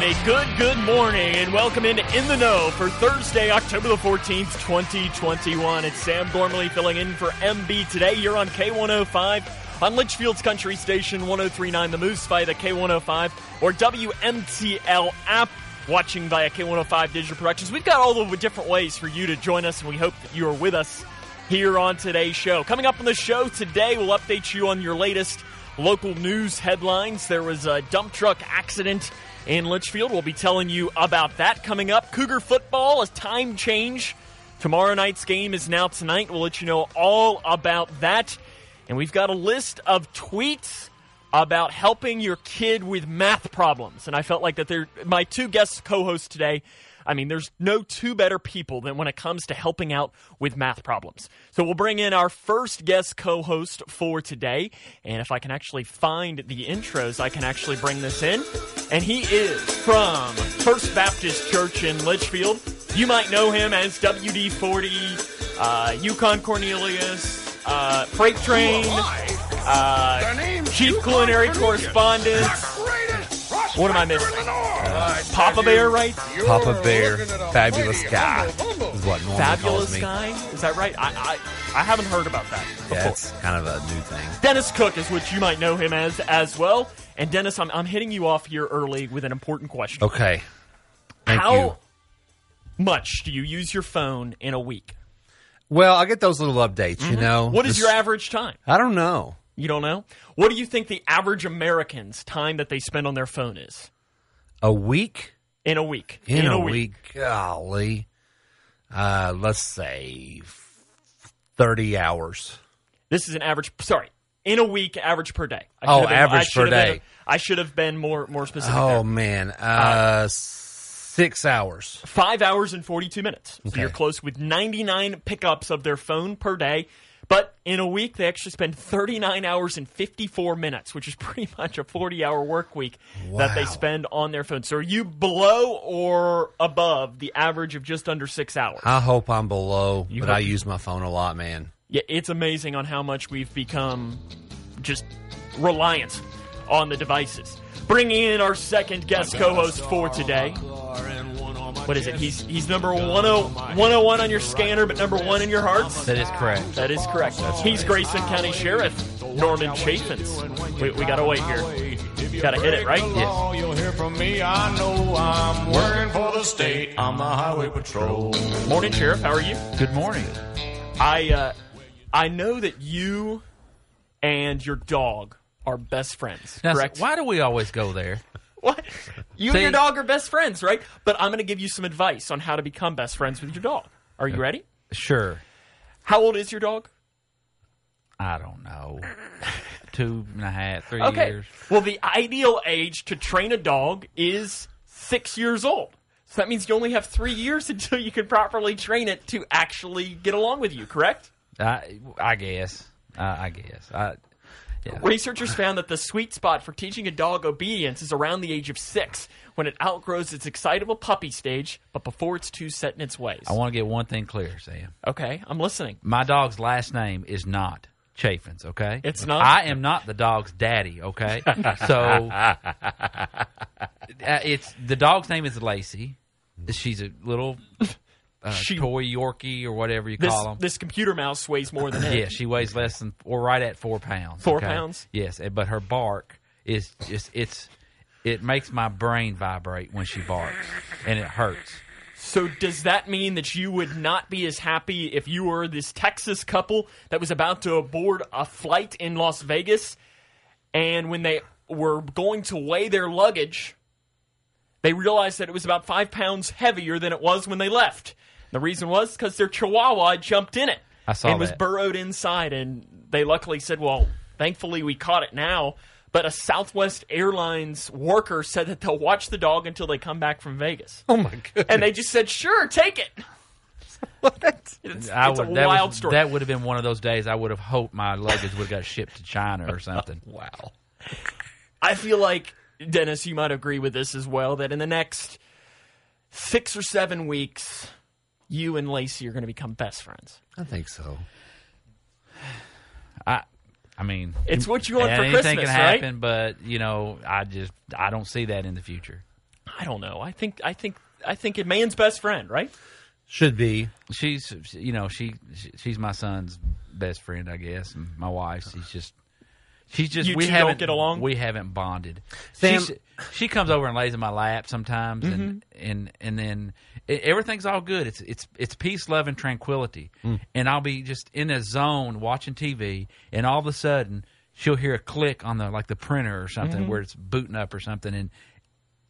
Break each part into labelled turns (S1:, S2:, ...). S1: a good, good morning, and welcome into In the Know for Thursday, October the 14th, 2021. It's Sam Gormley filling in for MB today. You're on K105 on Litchfield's Country Station 1039, the Moose via the K105 or WMTL app, watching via K105 Digital Productions. We've got all the different ways for you to join us, and we hope that you are with us here on today's show. Coming up on the show today, we'll update you on your latest local news headlines. There was a dump truck accident in Litchfield. We'll be telling you about that coming up. Cougar football, a time change. Tomorrow night's game is now tonight. We'll let you know all about that. And we've got a list of tweets about helping your kid with math problems. And I felt like that they're my two guest co hosts today. I mean, there's no two better people than when it comes to helping out with math problems. So we'll bring in our first guest co host for today. And if I can actually find the intros, I can actually bring this in. And he is from First Baptist Church in Litchfield. You might know him as WD 40, uh, Yukon Cornelius, uh, Freight Train.
S2: The name
S1: Chief
S2: Yukon
S1: culinary
S2: Cornelius,
S1: correspondent.
S2: the greatest
S1: What am I
S2: prospector
S1: missing?
S2: in the North.
S1: Papa Bear writes,
S2: You're
S3: Papa Bear,
S2: looking at a
S3: fabulous
S2: mighty
S3: guy,
S2: humble, humble.
S3: is what Norman calls
S1: Fabulous
S3: me.
S1: guy? Is that right? I, I I haven't heard about that before.
S3: Yeah, it's kind of a new thing.
S1: Dennis Cook is what you might know him as as well. And Dennis, I'm, I'm hitting you off here early with an important question.
S3: Okay. Oh, Thank
S1: How
S3: you.
S1: much do you use your phone in a week?
S3: Well, I get those little updates, you know.
S1: Mm-hmm. What is
S3: Oh, This-
S1: your average time?
S3: I don't know.
S1: You don't know? What do you think the average American's time that they spend on their phone is
S3: A week?
S1: in a week?
S3: In, a, week. Golly. Uh, let's say f- 30 hours.
S1: This is an average. Sorry, in a week, average per day. I
S3: Oh,
S1: should have been-
S3: average
S1: I should
S3: per
S1: have been-
S3: day.
S1: I should have been more more specific.
S3: Oh,
S1: there.
S3: man. Uh, six hours.
S1: Five hours and forty two minutes. So
S3: Okay.
S1: you're close with ninety nine pickups of their phone per day. But in a week, they actually spend 39 hours and 54 minutes, which is pretty much a 40 hour work week that they
S3: Wow.
S1: spend on their phone. So are you below or above the average of just under six hours?
S3: I hope I'm below,
S1: You
S3: but
S1: hope-
S3: I use my phone a lot, man.
S1: Yeah, it's amazing on how much we've become just reliant on the devices. Bringing in our second guest co-host for today. What is it? He's he's number oh, 10 101 on your scanner, but number one in your hearts.
S3: That is correct.
S1: That is correct. He's Grayson County Sheriff Norman Chaffins. We, we gotta wait here. Gotta hit it, right?
S2: Yes. You'll hear from me. I know I'm working for the state. I'm the highway patrol.
S1: Morning, Sheriff. How are you?
S4: Good morning.
S1: I uh, I know that you and your dog are best friends.
S4: Now,
S1: correct?
S4: Why do we always go there?
S1: What? You and
S4: See-
S1: your dog are best friends, right? But I'm going to give you some advice on how to become best friends with your dog. Are you ready?
S4: Sure.
S1: How old is your dog?
S4: I don't know. Two and a half, three years.
S1: Well, the ideal age to train a dog is six years old. So that means you only have three years until you can properly train it to actually get along with you, correct?
S4: I, I guess. I I guess. I, yeah.
S1: Researchers found that the sweet spot for teaching a dog obedience is around the age of six, when it outgrows its excitable puppy stage, but before it's too set in its ways.
S4: I want to get one thing clear, Sam.
S1: Okay, I'm listening.
S4: My dog's last name is not Chaffins, okay?
S1: It's not?
S4: I am not the dog's daddy, okay? so uh, it's the dog's name is Lacey. She's a little uh,
S1: She-
S4: toy Yorkie or whatever you
S1: This,
S4: call them.
S1: this computer mouse weighs more than it.
S4: Yeah, she weighs less than or right at four pounds.
S1: Four pounds?
S4: Yes, eh, but her bark is just it's it makes my brain vibrate when she barks, and it hurts.
S1: So does that mean that you would not be as happy if you were this Texas couple that was about to board a flight in Las Vegas and when they were going to weigh their luggage, they realized that it was about five pounds heavier than it was when they left. The reason was because their chihuahua had jumped in it
S4: I saw
S1: and was
S4: that.
S1: burrowed inside, and they luckily said, "Well, thankfully we caught it now." But a Southwest Airlines worker said that they'll watch the dog until they come back from Vegas.
S3: Oh, my goodness.
S1: and they just said, "Sure, take it."
S3: What?
S1: It's,
S4: I
S1: it's
S4: would,
S1: a
S4: that
S1: wild
S4: was-
S1: story.
S4: That would have been one of those days I would have hoped my luggage would have got shipped to China or something.
S3: Wow.
S1: I feel like Dennis, you might agree with this as well. That in the next six or seven weeks, you and Lacey are going to become best friends.
S3: I think so.
S4: I, I mean,
S1: It's what you want for
S4: anything
S1: Christmas,
S4: can
S1: right?
S4: happen, but you know, I just I don't see that in the future.
S1: I don't know. I think I think I think a man's best friend, right?
S3: Should be.
S4: She's you know she, she she's my son's best friend, I guess, and my wife. She's just she's just
S1: You
S4: we
S1: two don't
S4: haven't
S1: get along?
S4: We haven't bonded.
S3: Sam-
S4: She's- she comes over and lays in my lap sometimes, and and and then e- everything's all good. It's it's it's peace, love, and tranquility. And I'll be just in a zone watching TV, and all of a sudden she'll hear a click on the like the printer or something where it's booting up or something, and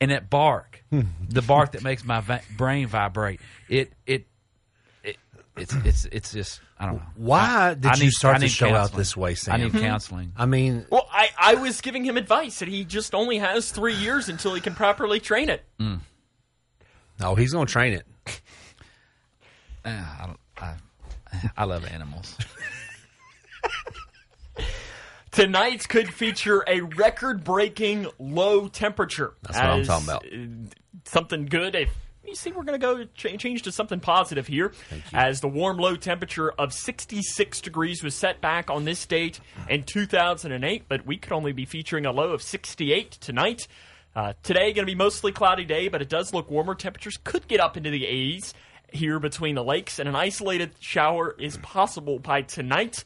S4: and that bark, the bark that makes my va- brain vibrate. It it. it It's it's it's just I don't know.
S3: Why
S4: I-
S3: did
S4: I
S3: you
S4: need-
S3: start
S4: I
S3: the
S4: need
S3: show out
S4: counseling.
S3: this way,
S4: I
S3: Sam?
S4: need counseling.
S3: I mean,
S1: Well, I, I was giving him advice that he just only has three years until he can properly train it.
S3: oh, he's going to train it.
S4: Uh, I, don't, I, I love animals.
S1: Tonight's could feature a record-breaking low temperature. That's
S3: what I'm talking about.
S1: Something good. If you see, we're going to go cha- change to something positive here, as the warm low temperature of 66 degrees was set back on this date in 2008. But we could only be featuring a low of 68 tonight. Uh, today going to be mostly cloudy day, but it does look warmer. Temperatures could get up into the 80s here between the lakes, and an isolated shower is possible by tonight.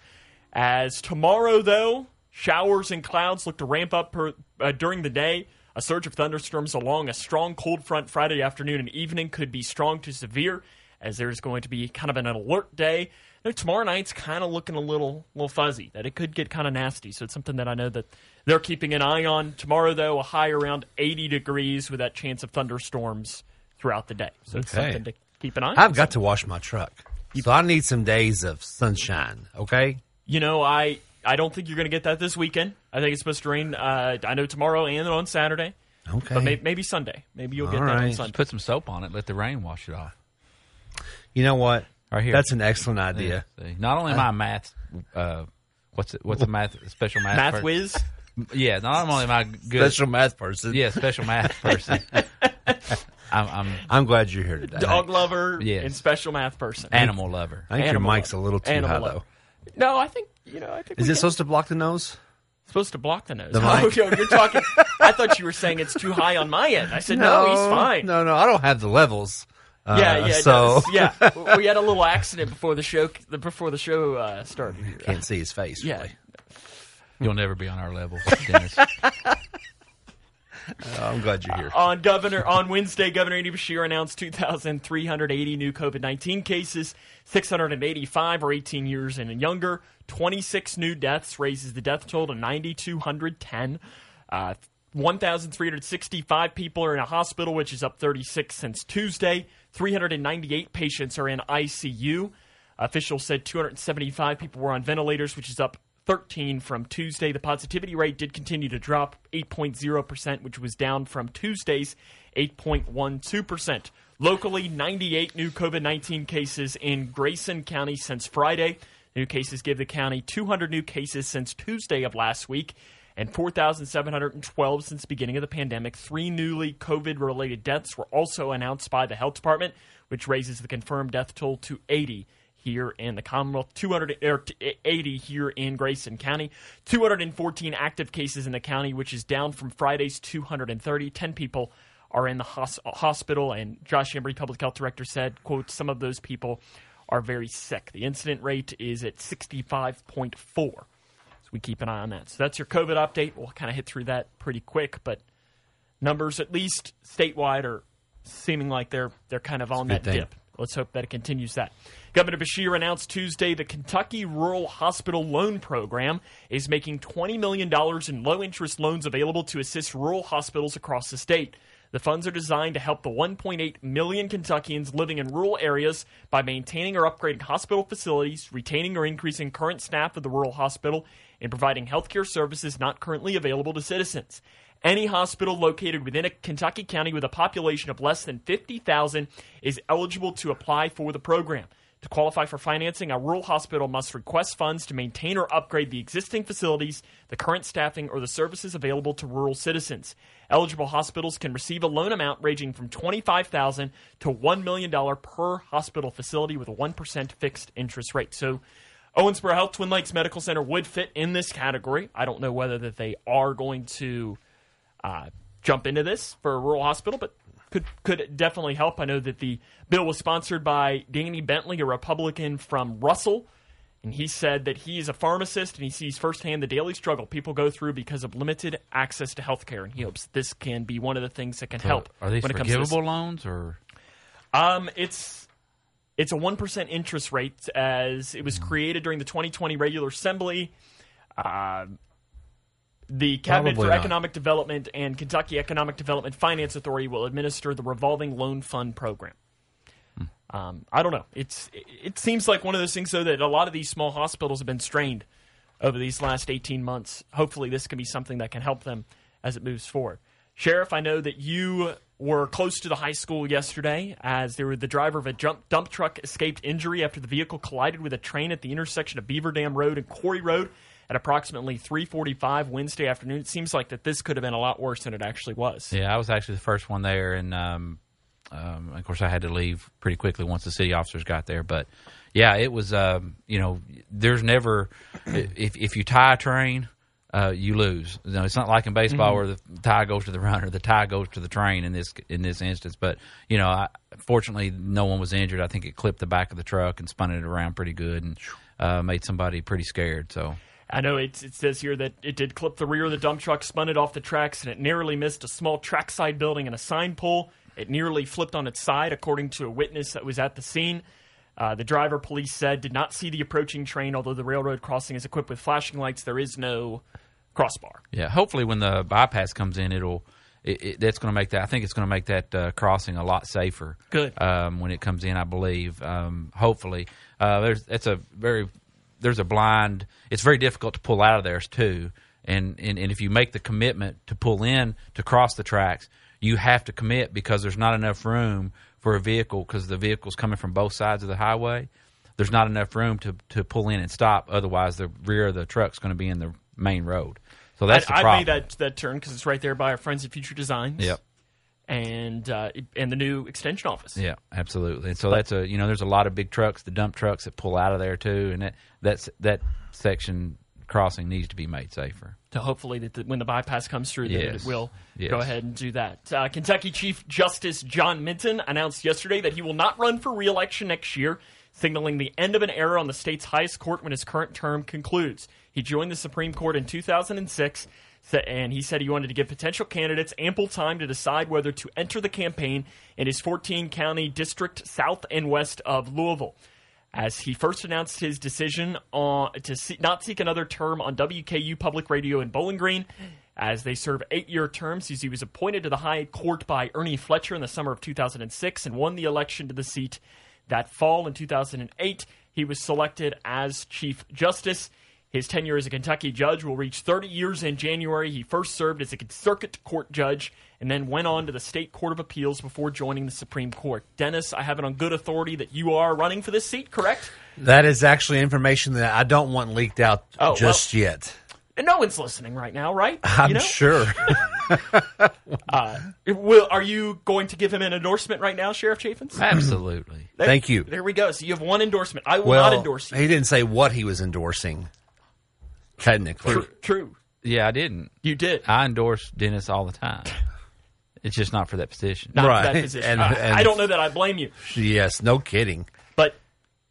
S1: As tomorrow, though, showers and clouds look to ramp up per, uh, during the day. A surge of thunderstorms along a strong cold front Friday afternoon and evening could be strong to severe, as there's going to be kind of an alert day. Now, tomorrow night's kind of looking a little, little fuzzy, that it could get kind of nasty. So it's something that I know that they're keeping an eye on. Tomorrow, though, a high around 80 degrees with that chance of thunderstorms throughout the day. So it's
S3: Okay.
S1: something to keep an eye on.
S3: I've got to wash my truck. So I need some days of sunshine, okay?
S1: you know, I I don't think you're going to get that this weekend. I think it's supposed to rain. Uh, I know tomorrow and on Saturday,
S3: Okay.
S1: but may, maybe Sunday. Maybe you'll get
S3: All
S1: that on
S3: right.
S1: Sunday.
S4: Put some soap on it. Let the rain wash it off.
S3: you know what?
S4: Right here.
S3: That's an excellent idea.
S4: See, not only my math, uh, what's it, what's the math special math
S1: Math
S4: per-
S1: whiz.
S4: Yeah, not only my good
S3: Special math person.
S4: yeah special math person. I'm, I'm
S3: I'm glad you're here today.
S1: dog lover,
S4: Yes.
S1: and special math person.
S4: animal lover.
S3: I think
S1: Animal
S3: your mic's a little too
S1: Animal
S3: high,
S1: lover.
S3: though.
S1: No, I think you know. I think we
S3: Is it
S1: can-
S3: supposed to block the nose?
S1: supposed to block the nose?
S3: The
S1: oh,
S3: mic.
S1: yo, you're talking. I thought you were saying it's too high on my end. I said no, he's fine.
S3: No, no, I don't have the levels. Uh,
S1: Yeah, yeah,
S3: So
S1: no, yeah. We had a little accident before the show. Before the show uh, started. here.
S3: can't see his face.
S1: Yeah.
S3: Really.
S4: You'll never be on our level, Dennis.
S3: I'm glad you're here.
S1: on governor on Wednesday, Governor Andy Bashir announced 2,380 new COVID-19 cases, 685 are 18 years and younger, 26 new deaths raises the death toll to 9,210. Uh, 1,365 people are in a hospital, which is up 36 since Tuesday. 398 patients are in ICU. Officials said 275 people were on ventilators, which is up 13 from Tuesday. The positivity rate did continue to drop 8.0%, which was down from Tuesday's 8.12%. Locally, 98 new COVID 19 cases in Grayson County since Friday. New cases give the county 200 new cases since Tuesday of last week and 4,712 since the beginning of the pandemic. Three newly COVID related deaths were also announced by the health department, which raises the confirmed death toll to 80 here in the Commonwealth, 280 eh, here in Grayson County, 214 active cases in the county, which is down from Friday's 230. 10 people are in the hos- hospital, and Josh Embry, public health director, said, "quote Some of those people are very sick. The incident rate is at 65.4." So we keep an eye on that. So that's your COVID update. We'll kind of hit through that pretty quick, but numbers at least statewide are seeming like they're they're kind of on that
S3: good thing.
S1: dip. Let's hope that it continues that. Governor Bashir announced Tuesday the Kentucky Rural Hospital Loan Program is making $20 million in low interest loans available to assist rural hospitals across the state. The funds are designed to help the 1.8 million Kentuckians living in rural areas by maintaining or upgrading hospital facilities, retaining or increasing current staff of the rural hospital, and providing healthcare services not currently available to citizens. Any hospital located within a Kentucky county with a population of less than 50,000 is eligible to apply for the program. To qualify for financing, a rural hospital must request funds to maintain or upgrade the existing facilities, the current staffing, or the services available to rural citizens. Eligible hospitals can receive a loan amount ranging from $25,000 to $1 million per hospital facility with a 1% fixed interest rate. So, Owensboro Health Twin Lakes Medical Center would fit in this category. I don't know whether that they are going to uh, jump into this for a rural hospital, but could could definitely help. I know that the bill was sponsored by Danny Bentley, a Republican from Russell, and he said that he is a pharmacist and he sees firsthand the daily struggle people go through because of limited access to health care, and he hopes this can be one of the things that can help.
S4: Are these
S1: when it comes to this.
S4: forgivable loans or
S1: Um, it's it's a one percent interest rate as it was created during the 2020 regular assembly. Uh, the Cabinet
S3: Probably
S1: for
S3: not.
S1: Economic Development and Kentucky Economic Development Finance Authority will administer the revolving loan fund program. Um, I don't know. It's it- it seems like one of those things though that a lot of these small hospitals have been strained over these last 18 months. Hopefully, this can be something that can help them as it moves forward. Sheriff, I know that you were close to the high school yesterday as there were the driver of a jump, dump truck escaped injury after the vehicle collided with a train at the intersection of Beaver Dam Road and Quarry Road at approximately 3:45 Wednesday afternoon. It seems like that this could have been a lot worse than it actually was.
S4: Yeah, I was actually the first one there, and um, um, of course I had to leave pretty quickly once the city officers got there. But yeah, it was um, you know there's never if if you tie a train. Uh, you lose. You know, it's not like in baseball where the tie goes to the runner, the tie goes to the train in this in this instance. But you know, I, fortunately, no one was injured. I think it clipped the back of the truck and spun it around pretty good and uh, made somebody pretty scared. So
S1: I know it, it says here that it did clip the rear of the dump truck, spun it off the tracks, and it nearly missed a small trackside building and a sign pole. It nearly flipped on its side, according to a witness that was at the scene. Uh, the driver, police said, did not see the approaching train, although the railroad crossing is equipped with flashing lights. There is no crossbar.
S4: Yeah, hopefully when the bypass comes in, it'll it, it, that's going to make that. I think it's going to make that uh, crossing a lot safer.
S1: Good.
S4: um, when it comes in, I believe. Um, hopefully, uh, there's that's a very there's a blind. It's very difficult to pull out of theirs too, and, and and if you make the commitment to pull in to cross the tracks, you have to commit because there's not enough room for a vehicle because the vehicle's coming from both sides of the highway there's not enough room to, to pull in and stop. Otherwise, the rear of the truck's going to be in the main road. So that's the
S1: I, I
S4: problem.
S1: made that, that turn because it's right there by our friends at Future Designs
S4: Yep.
S1: and, uh, it- and the new extension office.
S4: Yeah, absolutely. And so that's a you know there's a lot of big trucks, the dump trucks that pull out of there too, and that that's that section crossing needs to be made safer.
S1: to hopefully that the, when the bypass comes through, that
S4: Yes.
S1: it will
S4: Yes.
S1: go ahead and do that. Uh, Kentucky Chief Justice John Minton announced yesterday that he will not run for reelection next year, signaling the end of an era on the state's highest court when his current term concludes. He joined the Supreme Court in 2006. sa- And he said he wanted to give potential candidates ample time to decide whether to enter the campaign in his 14 county district south and west of Louisville as he first announced his decision on, to se- not seek another term on WKU Public Radio in Bowling Green, as they serve eight-year terms. As he was appointed to the High Court by Ernie Fletcher in the summer of 2006 and won the election to the seat that fall in 2008. He was selected as Chief Justice. His tenure as a Kentucky judge will reach 30 years in January. He first served as a circuit court judge and then went on to the state court of appeals before joining the Supreme Court. Dennis, I have it on good authority that you are running for this seat, correct?
S3: That is actually information that I don't want leaked out
S1: Oh, well-
S3: just yet.
S1: And no one's listening right now, right?
S3: I'm
S1: you know?
S3: sure.
S1: It Will, are you going to give him an endorsement right now, Sheriff Chaffins?
S4: Absolutely.
S1: There-
S3: Thank you.
S1: There we go. So you have one endorsement. I will
S3: well,
S1: not endorse you.
S3: he didn't say what he was endorsing. Technically,
S1: Tr- True.
S4: Yeah, I didn't.
S1: You did.
S4: I endorse Dennis all the time. It's just not for that position.
S1: Not
S3: Right.
S1: that position.
S3: And-
S1: I-
S3: and-
S1: I don't know that I blame you.
S3: yes, no kidding.
S1: But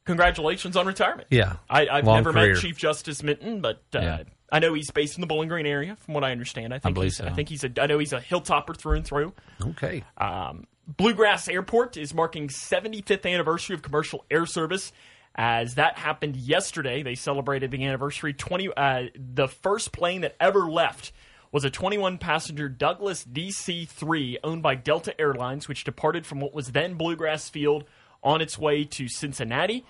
S1: congratulations on retirement.
S3: Yeah.
S1: I, I've
S3: Long
S1: never
S3: career.
S1: met Chief Justice Minton, but uh,
S4: Yeah.
S1: I know he's based in the Bowling Green area, from what I understand. I think
S4: believe
S1: he's,
S4: so.
S1: I think he's a. I know he's a hilltopper through and through.
S3: Okay,
S1: Um, Bluegrass Airport is marking 75th anniversary of commercial air service. As that happened yesterday, they celebrated the anniversary. 20, uh, the first plane that ever left was a 21 passenger Douglas DC 3 owned by Delta Airlines, which departed from what was then Bluegrass Field on its way to Cincinnati.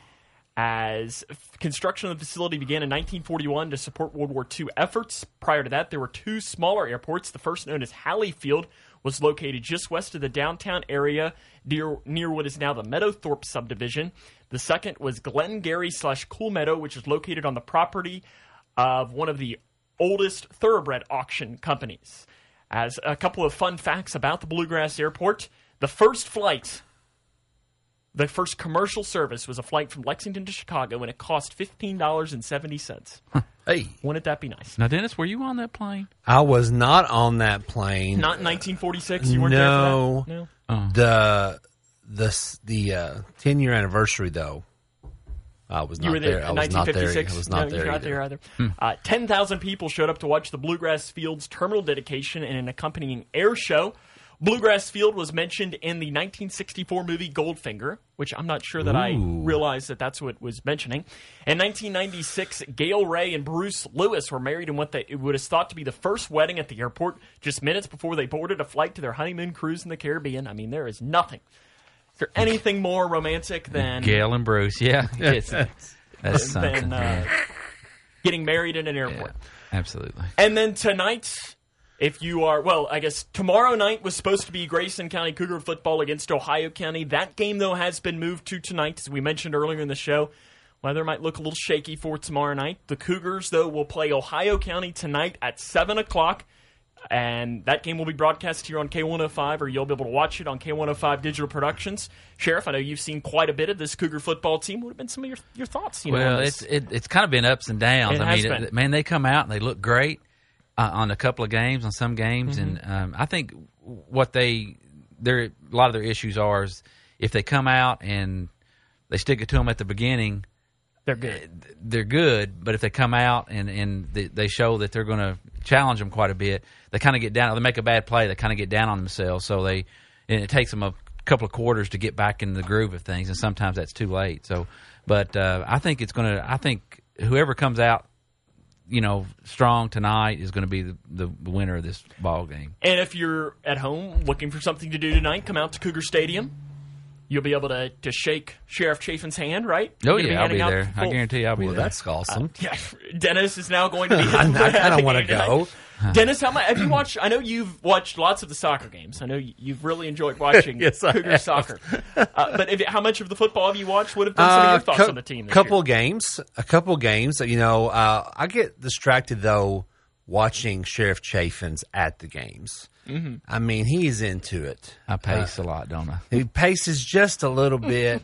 S1: As f- construction of the facility began in 1941 to support World War II efforts. Prior to that, there were two smaller airports. The first, known as Halley Field, was located just west of the downtown area near, near what is now the Meadowthorpe subdivision. The second was Glengarry slash Cool Meadow, which is located on the property of one of the oldest thoroughbred auction companies. As a couple of fun facts about the Bluegrass Airport, the first flight the first commercial service was a flight from Lexington to Chicago, and it cost fifteen dollars and seventy cents.
S3: Hey,
S1: Wouldn't that be nice?
S4: Now, Dennis, were you on that plane?
S3: I was not on that plane.
S1: Not in 1946. You weren't
S3: No.
S1: there for that. No.
S3: the the s- the uh, ten year anniversary though. I was
S1: You
S3: not
S1: were there,
S3: I
S1: in
S3: was not there. I
S1: 1956.
S3: was not
S1: no,
S3: there.
S1: You're not
S3: either. Hmm.
S1: there either. Uh, 10,000 people showed up to watch the Bluegrass Fields terminal dedication and an accompanying air show. Bluegrass Field was mentioned in the 1964 movie Goldfinger, which I'm not sure that I
S3: Ooh.
S1: realized that that's what it was mentioning. In 1996, Gail Ray and Bruce Lewis were married in what they it was thought to be the first wedding at the airport, just minutes before they boarded a flight to their honeymoon cruise in the Caribbean. I mean, there is nothing. Is there anything more romantic than
S4: Gail and Bruce, yeah. It's- that's something.
S1: than uh,
S4: yeah.
S1: getting married in an airport.
S4: Absolutely.
S1: And then tonight, if you are, well, I guess tomorrow night was supposed to be Grayson County Cougar football against Ohio County. That game, though, has been moved to tonight, as we mentioned earlier in the show. Weather might look a little shaky for tomorrow night. The Cougars, though, will play Ohio County tonight at 7 o'clock. And that game will be broadcast here on K105, or you'll be able to watch it on K105 Digital Productions. Sheriff, I know you've seen quite a bit of this Cougar football team. What have been some of your, your thoughts? You know,
S4: Well,
S1: on
S4: it's
S1: this?
S4: it, it's kind of been ups and downs.
S1: It
S4: I
S1: has
S4: mean,
S1: been.
S4: it- man, they come out and they look great uh, on a couple of games, on some games,
S1: Mm-hmm.
S4: and um, I think what they their a lot of their issues are is if they come out and they stick it to them at the beginning,
S1: they're good.
S4: they're good. But if they come out and and they, they show that they're going to challenge them quite a bit, they kind of get down. They make a bad play, they kind of get down on themselves. So they and it takes them a couple of quarters to get back in the groove of things, and sometimes that's too late. So, but uh, I think it's going to. I think whoever comes out. You know, strong tonight is going to be the, the winner of this ball game.
S1: And if you're at home looking for something to do tonight, come out to Cougar Stadium. You'll be able to, to shake Sheriff Chafin's hand, right?
S4: Oh
S1: You're gonna
S4: yeah, I'll be
S1: handing out
S4: there. I
S1: full-
S4: guarantee I'll be
S3: Well,
S4: there.
S3: that's awesome.
S1: Yeah, Dennis is now going to be.
S3: I- I kinda wanna go.
S1: Dennis, how much have you watched? I know you've watched lots of the soccer games. I know you- you've really enjoyed watching
S3: Yes, I
S1: Cougar
S3: have.
S1: soccer. Uh, but if, how much of the football have you watched? What have been some of your
S3: Uh,
S1: thoughts
S3: cou-
S1: on the team? This
S3: couple
S1: year?
S3: games, a couple games. You know, uh, I get distracted though watching Sheriff Chafin's at the games. Mm-hmm. I mean, he's into it.
S4: I pace
S1: uh,
S4: a lot, don't I?
S3: He paces just a little bit.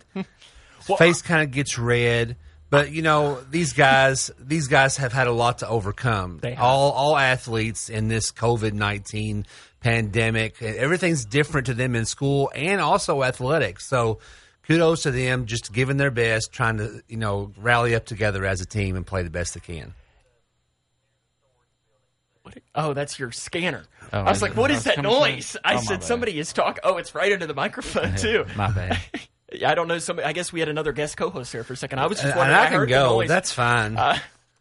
S3: Face kind of gets red. But you know these guys, these guys have had a lot to overcome.
S1: They have.
S3: All all athletes in this COVID nineteen pandemic, e, everything's different to them in school and also athletics. So, kudos to them, just giving their best, trying to you know rally up together as a team and play the best they can.
S1: What- Oh, that's your scanner.
S4: Oh,
S1: I was
S4: is
S1: like,
S4: it-
S1: "What
S4: I
S1: is
S4: was
S1: that
S4: coming from-
S1: noise?" I
S4: Oh, my
S1: said,
S4: bad.
S1: "Somebody is talking." Oh, it's right into the microphone too.
S4: My bad.
S1: Yeah, I don't know. Somebody, I guess we had another guest co-host here for a second. I was
S3: And
S1: just wondering.
S3: I Uh, can
S1: heard the
S3: go.
S1: noise. Uh,
S3: That's fine.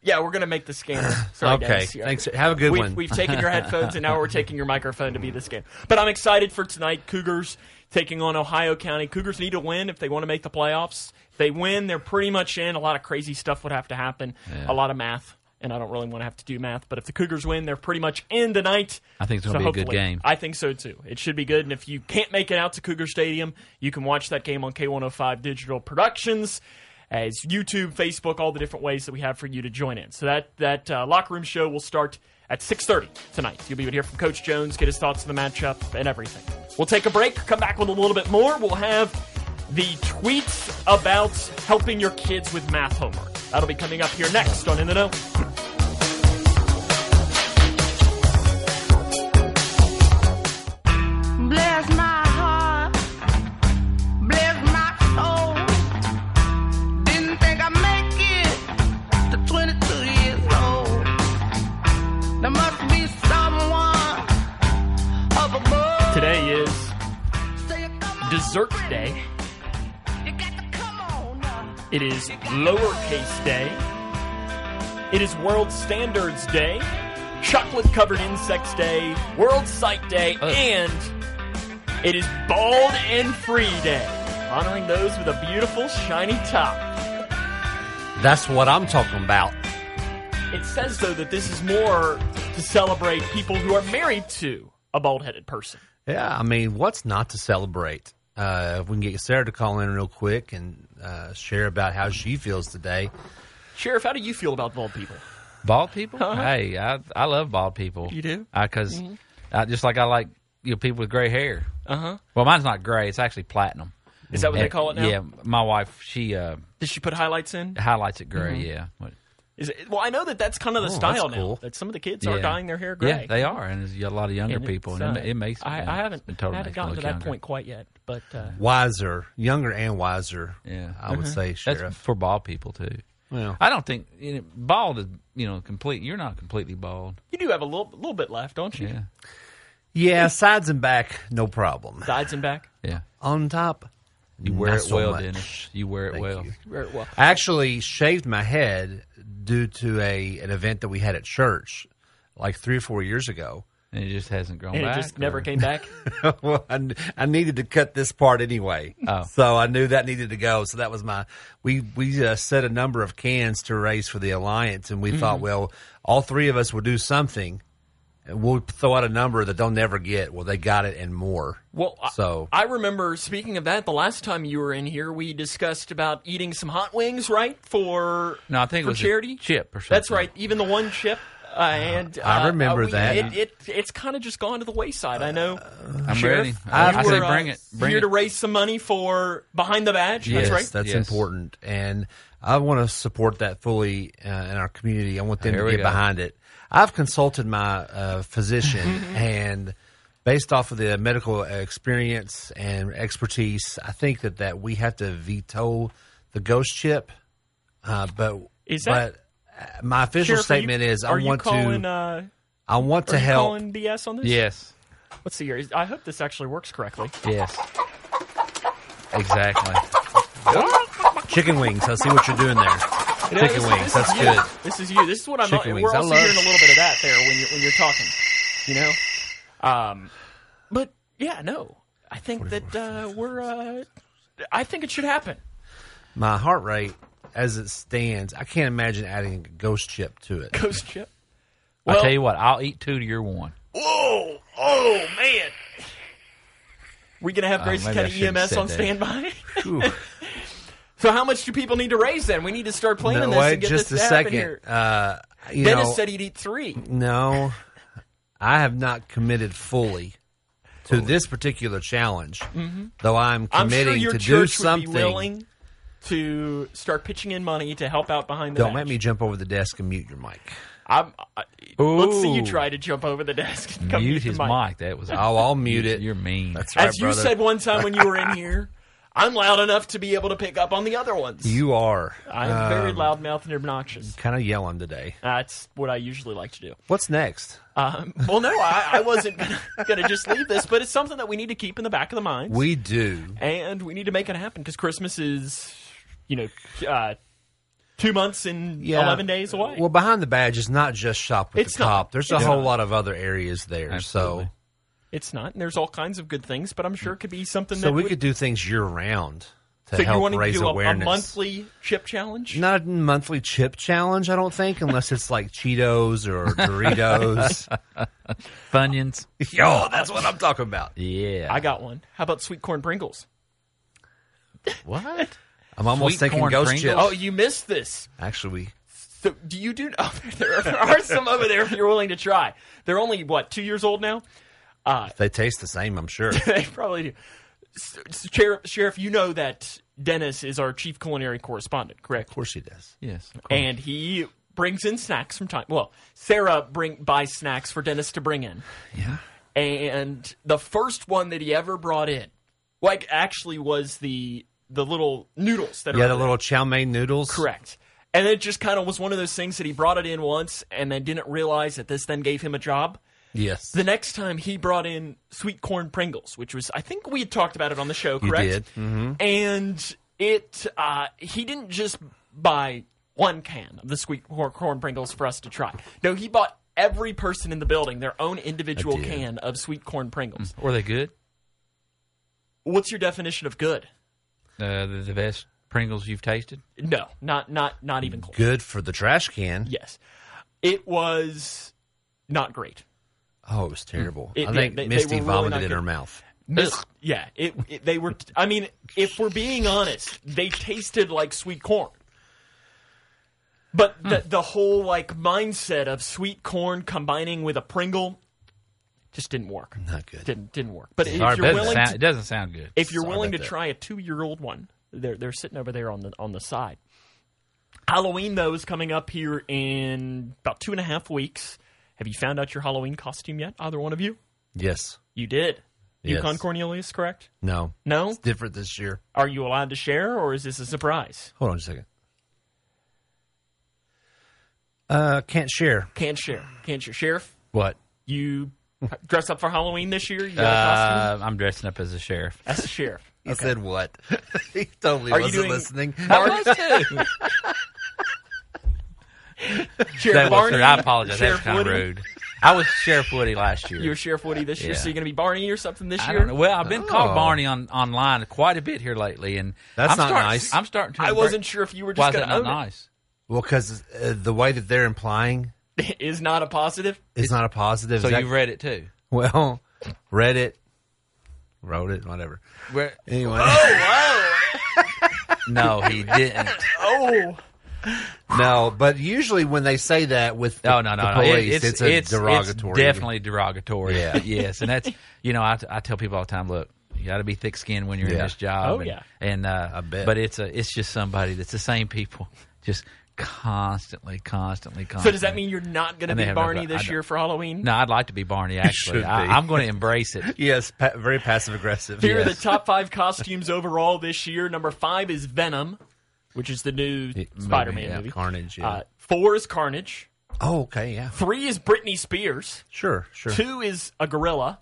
S1: yeah. We're gonna make the scanner. Sorry,
S3: okay.
S1: Dennis. Yeah.
S3: Thanks. Have a good
S1: We've,
S3: one.
S1: we've taken your headphones and now we're taking your microphone to be the scanner. But I'm excited for tonight. Cougars taking on Ohio County. Cougars need to win if they want to make the playoffs. If they win, they're pretty much in. A lot of crazy stuff would have to happen. A lot of math. And I don't really want to have to do math, but if the Cougars win, they're pretty much in tonight.
S4: I think it's gonna be a good
S1: hopefully-
S4: game.
S1: I think so too. It should be good. And if you can't make it out to Cougar Stadium, you can watch that game on K105 Digital Productions, as YouTube, Facebook, all the different ways that we have for you to join in. So that that uh, locker room show will start at 6:30 tonight. You'll be able to hear from Coach Jones, get his thoughts on the matchup and everything. We'll take a break. Come back with a little bit more. We'll have the tweets about helping your kids with math homework. That'll be coming up here next on In the Know.
S5: Bless my heart, bless my soul. Didn't think I'd make it to 22 years old. There must be someone up above.
S1: Today is
S5: Say you come on,
S1: dessert
S5: pretty.
S1: day.
S5: You got to come on now.
S1: It is Lowercase Day. It is World Standards Day, Chocolate Covered Insects Day, World Sight Day, and it is Bald and Free Day, honoring those with a beautiful, shiny top.
S3: That's what I'm talking about.
S1: It says, though, that this is more to celebrate people who are married to a bald headed person.
S3: Yeah, I mean, what's not to celebrate? Uh, if we can get Sarah to call in real quick and uh, share about how she feels today.
S1: Sheriff, how do you feel about bald people?
S4: Bald people? Hey, I I love bald people. You
S1: do? Mm-hmm.
S4: Because I, just like I like you know, people with gray hair.
S1: Uh huh.
S4: Well, mine's not gray; it's actually platinum.
S1: Is
S4: Eh,
S1: that what they
S4: And-
S1: call it now?
S4: Yeah, my wife she uh,
S1: Did she put highlights in? Mm-hmm.
S4: highlights it gray. Yeah, But
S1: Is it, well, I know that that's kind of the
S3: Oh, that's
S1: style now.
S3: cool.
S1: That some of the kids
S4: Yeah.
S1: are dyeing their hair gray.
S4: Yeah, they are, and there's a lot of younger
S1: And
S4: people,
S1: it's,
S4: and
S1: uh,
S4: it, it makes.
S1: I,
S4: yeah,
S1: I haven't,
S4: it totally
S1: I haven't
S4: makes me
S1: gotten to
S4: look
S1: that
S4: younger.
S1: point quite yet, but uh,
S3: Wiser, younger and wiser.
S4: Yeah. Mm-hmm.
S3: I would say,
S4: That's
S3: Sheriff.
S4: for bald people too.
S3: Well,
S4: I don't think you know, bald is you know complete. You're not completely bald.
S1: you do have a little little bit left, don't you?
S4: Yeah,
S3: yeah, sides and back, no problem.
S1: Sides and back.
S4: yeah.
S3: On top,
S4: You wear
S3: not
S4: it
S3: so
S4: well,
S3: much.
S4: Dennis. You wear it
S3: Thank
S4: well.
S3: you.
S1: Very well.
S3: I actually shaved my head due to a an event that we had at church, like three or four years ago.
S4: And it just hasn't grown
S1: And
S4: back.
S1: it just never
S4: or-
S1: came back.
S3: well, I, kn- I needed to cut this part anyway,
S4: Oh.
S3: so I knew that needed to go. So that was my we we uh, set a number of cans to raise for the alliance, and we thought, well, all three of us will do something, and we'll throw out a number that they'll never get. Well, they got it and more.
S1: Well, I-
S3: so
S1: I remember speaking of that the last time you were in here, we discussed about eating some hot wings, right? For
S4: No, I think
S1: for
S4: it was a
S1: charity
S4: chip or
S1: That's
S4: something.
S1: right. Even the one chip. Uh, and
S3: I
S1: uh,
S3: remember
S1: uh, we-
S3: that.
S1: It, it, it's kind of just gone to the wayside. I know.
S4: I'm
S1: Sheriff,
S4: ready.
S1: you
S4: I, I say
S1: were, uh,
S4: bring it. Bring
S1: here
S4: it.
S1: to raise some money for behind the badge. that's
S3: yes,
S1: right.
S3: that's
S4: Yes.
S3: important, and I want to support that fully uh, in our community. I want them
S4: Here
S3: to
S4: we
S3: get
S4: go.
S3: behind it. I've consulted my uh, physician,
S1: Mm-hmm.
S3: and based off of the medical experience and expertise, I think that that we have to veto the ghost chip. Uh, but
S1: Is that-
S3: but uh, my official
S1: Sheriff, are you-
S3: statement is I
S1: are you
S3: want
S1: calling,
S3: to
S1: uh,
S3: I want to
S1: are you
S3: help.
S1: calling BS on this?
S4: Yes.
S1: Let's see here. Is- I hope this actually works correctly.
S4: Yes. Exactly.
S3: Chicken wings. I see what you're doing there.
S1: Yeah,
S3: Chicken
S1: this-
S3: wings.
S1: this
S3: That's
S1: is you.
S3: good.
S1: This is you. This is what I'm.
S3: Chicken wings.
S1: We're
S3: I
S1: also
S3: love-
S1: hearing a little bit of that there when you're when you're talking. You know, um, but yeah, no, I think that uh, we're. Uh, I think it should happen.
S3: my heart rate as it stands, I can't imagine adding a ghost chip to it.
S1: Ghost chip.
S4: I tell you what, I'll eat two to your one.
S1: Whoa! Oh man. We gonna
S3: Oh,
S1: have Grace
S4: maybe I
S1: County
S4: shouldn't have
S1: EMS
S4: said
S1: on
S4: that.
S1: standby.
S3: Whew.
S1: so how much do people need to raise? Then we need to start planning
S3: no,
S1: this
S3: wait
S1: and get
S3: just a
S1: this to happen
S3: second.
S1: here.
S3: Uh, you
S1: Dennis
S3: know,
S1: said he'd eat three.
S3: no, I have not committed fully to this particular challenge, though I'm
S1: Mm-hmm. I'm
S3: committing
S1: sure your
S3: to do
S1: church would be
S3: something.
S1: willing to start pitching in money to help out behind the.
S3: Don't
S1: bench.
S3: make me jump over the desk and mute your mic.
S1: I'm, I, let's see you
S4: Ooh.
S1: try to jump over the desk. And come
S4: Mute
S1: use the
S4: his mic. That was
S3: Oh, I'll mute it.
S4: You're mean.
S3: That's right,
S1: As you
S3: brother.
S1: said one time when you were in here, I'm loud enough to be able to pick up on the other ones.
S3: you um, are.
S1: I'm very loudmouthed and obnoxious.
S3: Kind of yelling today.
S1: That's what I usually like to do.
S3: What's next?
S1: Um, well, no, I, I wasn't going to just leave this, but it's something that we need to keep in the back of the mind,
S3: We do.
S1: and we need to make it happen because Christmas is, you know, uh, two months and eleven days away.
S3: Uh, Well, behind the badge is not just shop with
S1: It's
S3: the
S1: not.
S3: cop. There's a
S1: It's
S3: whole
S1: not.
S3: lot of other areas there.
S4: Absolutely.
S3: So
S1: it's not, and there's all kinds of good things, but I'm sure it could be something
S3: So
S1: that
S3: we
S1: would-
S3: could do things year round to
S1: So you
S3: help
S1: want to
S3: raise
S1: do a, a
S3: awareness.
S1: monthly chip challenge?
S3: not a monthly chip challenge, I don't think, unless it's like Cheetos or Doritos.
S4: Funyuns.
S3: Yo, that's what I'm talking about.
S4: Yeah.
S1: I got one. How about sweet corn Pringles?
S4: what?
S3: I'm almost
S4: Sweet
S3: thinking
S4: corn
S3: ghost
S4: Pringles?
S3: chips.
S1: Oh, you missed this.
S3: Actually, we-
S1: So do you do? Oh, there, there are some over there if you're willing to try. They're only what two years old now.
S3: they taste the same, I'm sure.
S1: they probably do. S- s- Sheriff, Sheriff, you know that Dennis is our chief culinary correspondent, correct?
S3: of course she does.
S4: Yes. of course.
S1: And he brings in snacks from time. Well, Sarah bring buys snacks for Dennis to bring in.
S4: yeah.
S1: and the first one that he ever brought in, like actually was the the little noodles that
S3: Yeah,
S1: are
S3: the little chow mein noodles.
S1: correct. And it just kind of was one of those things that he brought it in once and then didn't realize that this then gave him a job.
S3: Yes.
S1: The next time he brought in sweet corn Pringles, which was I think we had talked about it on the show,
S3: You
S1: correct?
S3: did. Mm-hmm.
S1: And it uh, he didn't just buy one can of the sweet cor- corn Pringles for us to try. No, he bought every person in the building their own individual
S3: did.
S1: can of sweet corn Pringles.
S4: Were they good?
S1: What's your definition of good?
S4: Uh, the, the best Pringles you've tasted?
S1: No, not not not even close.
S3: Good for the trash can.
S1: Yes, it was not great.
S3: Oh, it was terrible.
S1: Mm. It-
S3: I
S1: yeah,
S3: think
S1: they- they
S3: Misty
S1: were really
S3: vomited
S1: not
S3: in
S1: good.
S3: her mouth.
S1: This- yeah, it, it- they were. I mean, if we're being honest, they tasted like sweet corn.
S3: Hmm.
S1: But the, the whole like mindset of sweet corn combining with a Pringle just didn't work.
S3: Not good.
S1: Didn't didn't work. But if
S4: Sorry, it,
S1: you're
S4: doesn't
S1: willing,
S4: sound,
S1: to,
S4: it doesn't sound good.
S1: if you're
S3: Sorry
S1: willing to
S3: about that.
S1: try a two year old one, they're they're sitting over there on the on the side. Halloween, though, is coming up here in about two and a half weeks. Have you found out your Halloween costume yet? Either one of you?
S3: Yes.
S1: You did.
S3: Yes.
S1: Yukon Cornelius, correct?
S3: No.
S1: No?
S3: It's different this year.
S1: Are you allowed to share, or is this a surprise?
S3: Hold on a second. Uh, can't share.
S1: Can't share. Can't share. Sheriff,
S3: What?
S1: you dress up for Halloween this year? You got a costume?
S4: Uh, I'm dressing up as a sheriff.
S1: As a sheriff.
S3: I said what? he totally
S1: Are you
S3: wasn't
S1: doing-
S3: listening.
S4: I was too.
S1: Sheriff
S4: That was
S1: Barney.
S4: true. I apologize. That's
S1: Sheriff
S4: kind of
S1: Woody.
S4: rude. I was Sheriff Woody last year.
S1: You were Sheriff Woody this year,
S4: Yeah.
S1: so you're going to be Barney or something this
S4: I
S1: year?
S4: don't know. Well, I've been called
S3: Oh.
S4: Barney on online quite a bit here lately, and
S3: That's
S4: I'm
S3: not
S4: starting,
S3: nice.
S4: I'm starting to.
S1: I wasn't sure if you were
S4: Why
S1: just
S4: is
S1: going
S4: that
S1: to
S4: not
S1: own
S4: nice?
S3: well, because uh, the way that they're implying
S1: it. Is not a positive.
S3: is not a positive.
S4: So
S3: Is that-
S4: you read it too.
S3: well, read it, wrote it, whatever.
S4: Where,
S3: Anyway,
S4: no, he didn't.
S1: Oh,
S3: no, but usually when they say that with the,
S4: No, no, no,
S3: the
S4: no. It-
S3: police, it's, a derogatory.
S4: definitely derogatory.
S3: Yeah.
S4: yes, and that's you know I, I tell people all the time. Look, you got to be thick-skinned when you're in
S3: Yeah.
S4: this job.
S1: Oh,
S4: and,
S1: yeah.
S4: and uh,
S3: I bet.
S4: But it's a it's just somebody that's the same people, just constantly, constantly, constantly.
S1: so does that mean you're not going to
S4: And they
S1: be
S4: have no
S1: Barney
S4: clue. I
S1: this
S4: don't-
S1: year for Halloween?
S4: No, I'd like to be Barney. Actually,
S3: should be.
S4: I, I'm going to embrace it.
S3: Yes, pa- very passive aggressive.
S1: Here are
S3: yes.
S1: the top five costumes overall this year. Number five is Venom, which is the new Spider-Man
S3: yeah,
S1: movie.
S3: Carnage, yeah.
S1: Uh, four is Carnage.
S3: oh, okay, yeah,
S1: Three is Britney Spears.
S3: sure, sure.
S1: Two is a gorilla,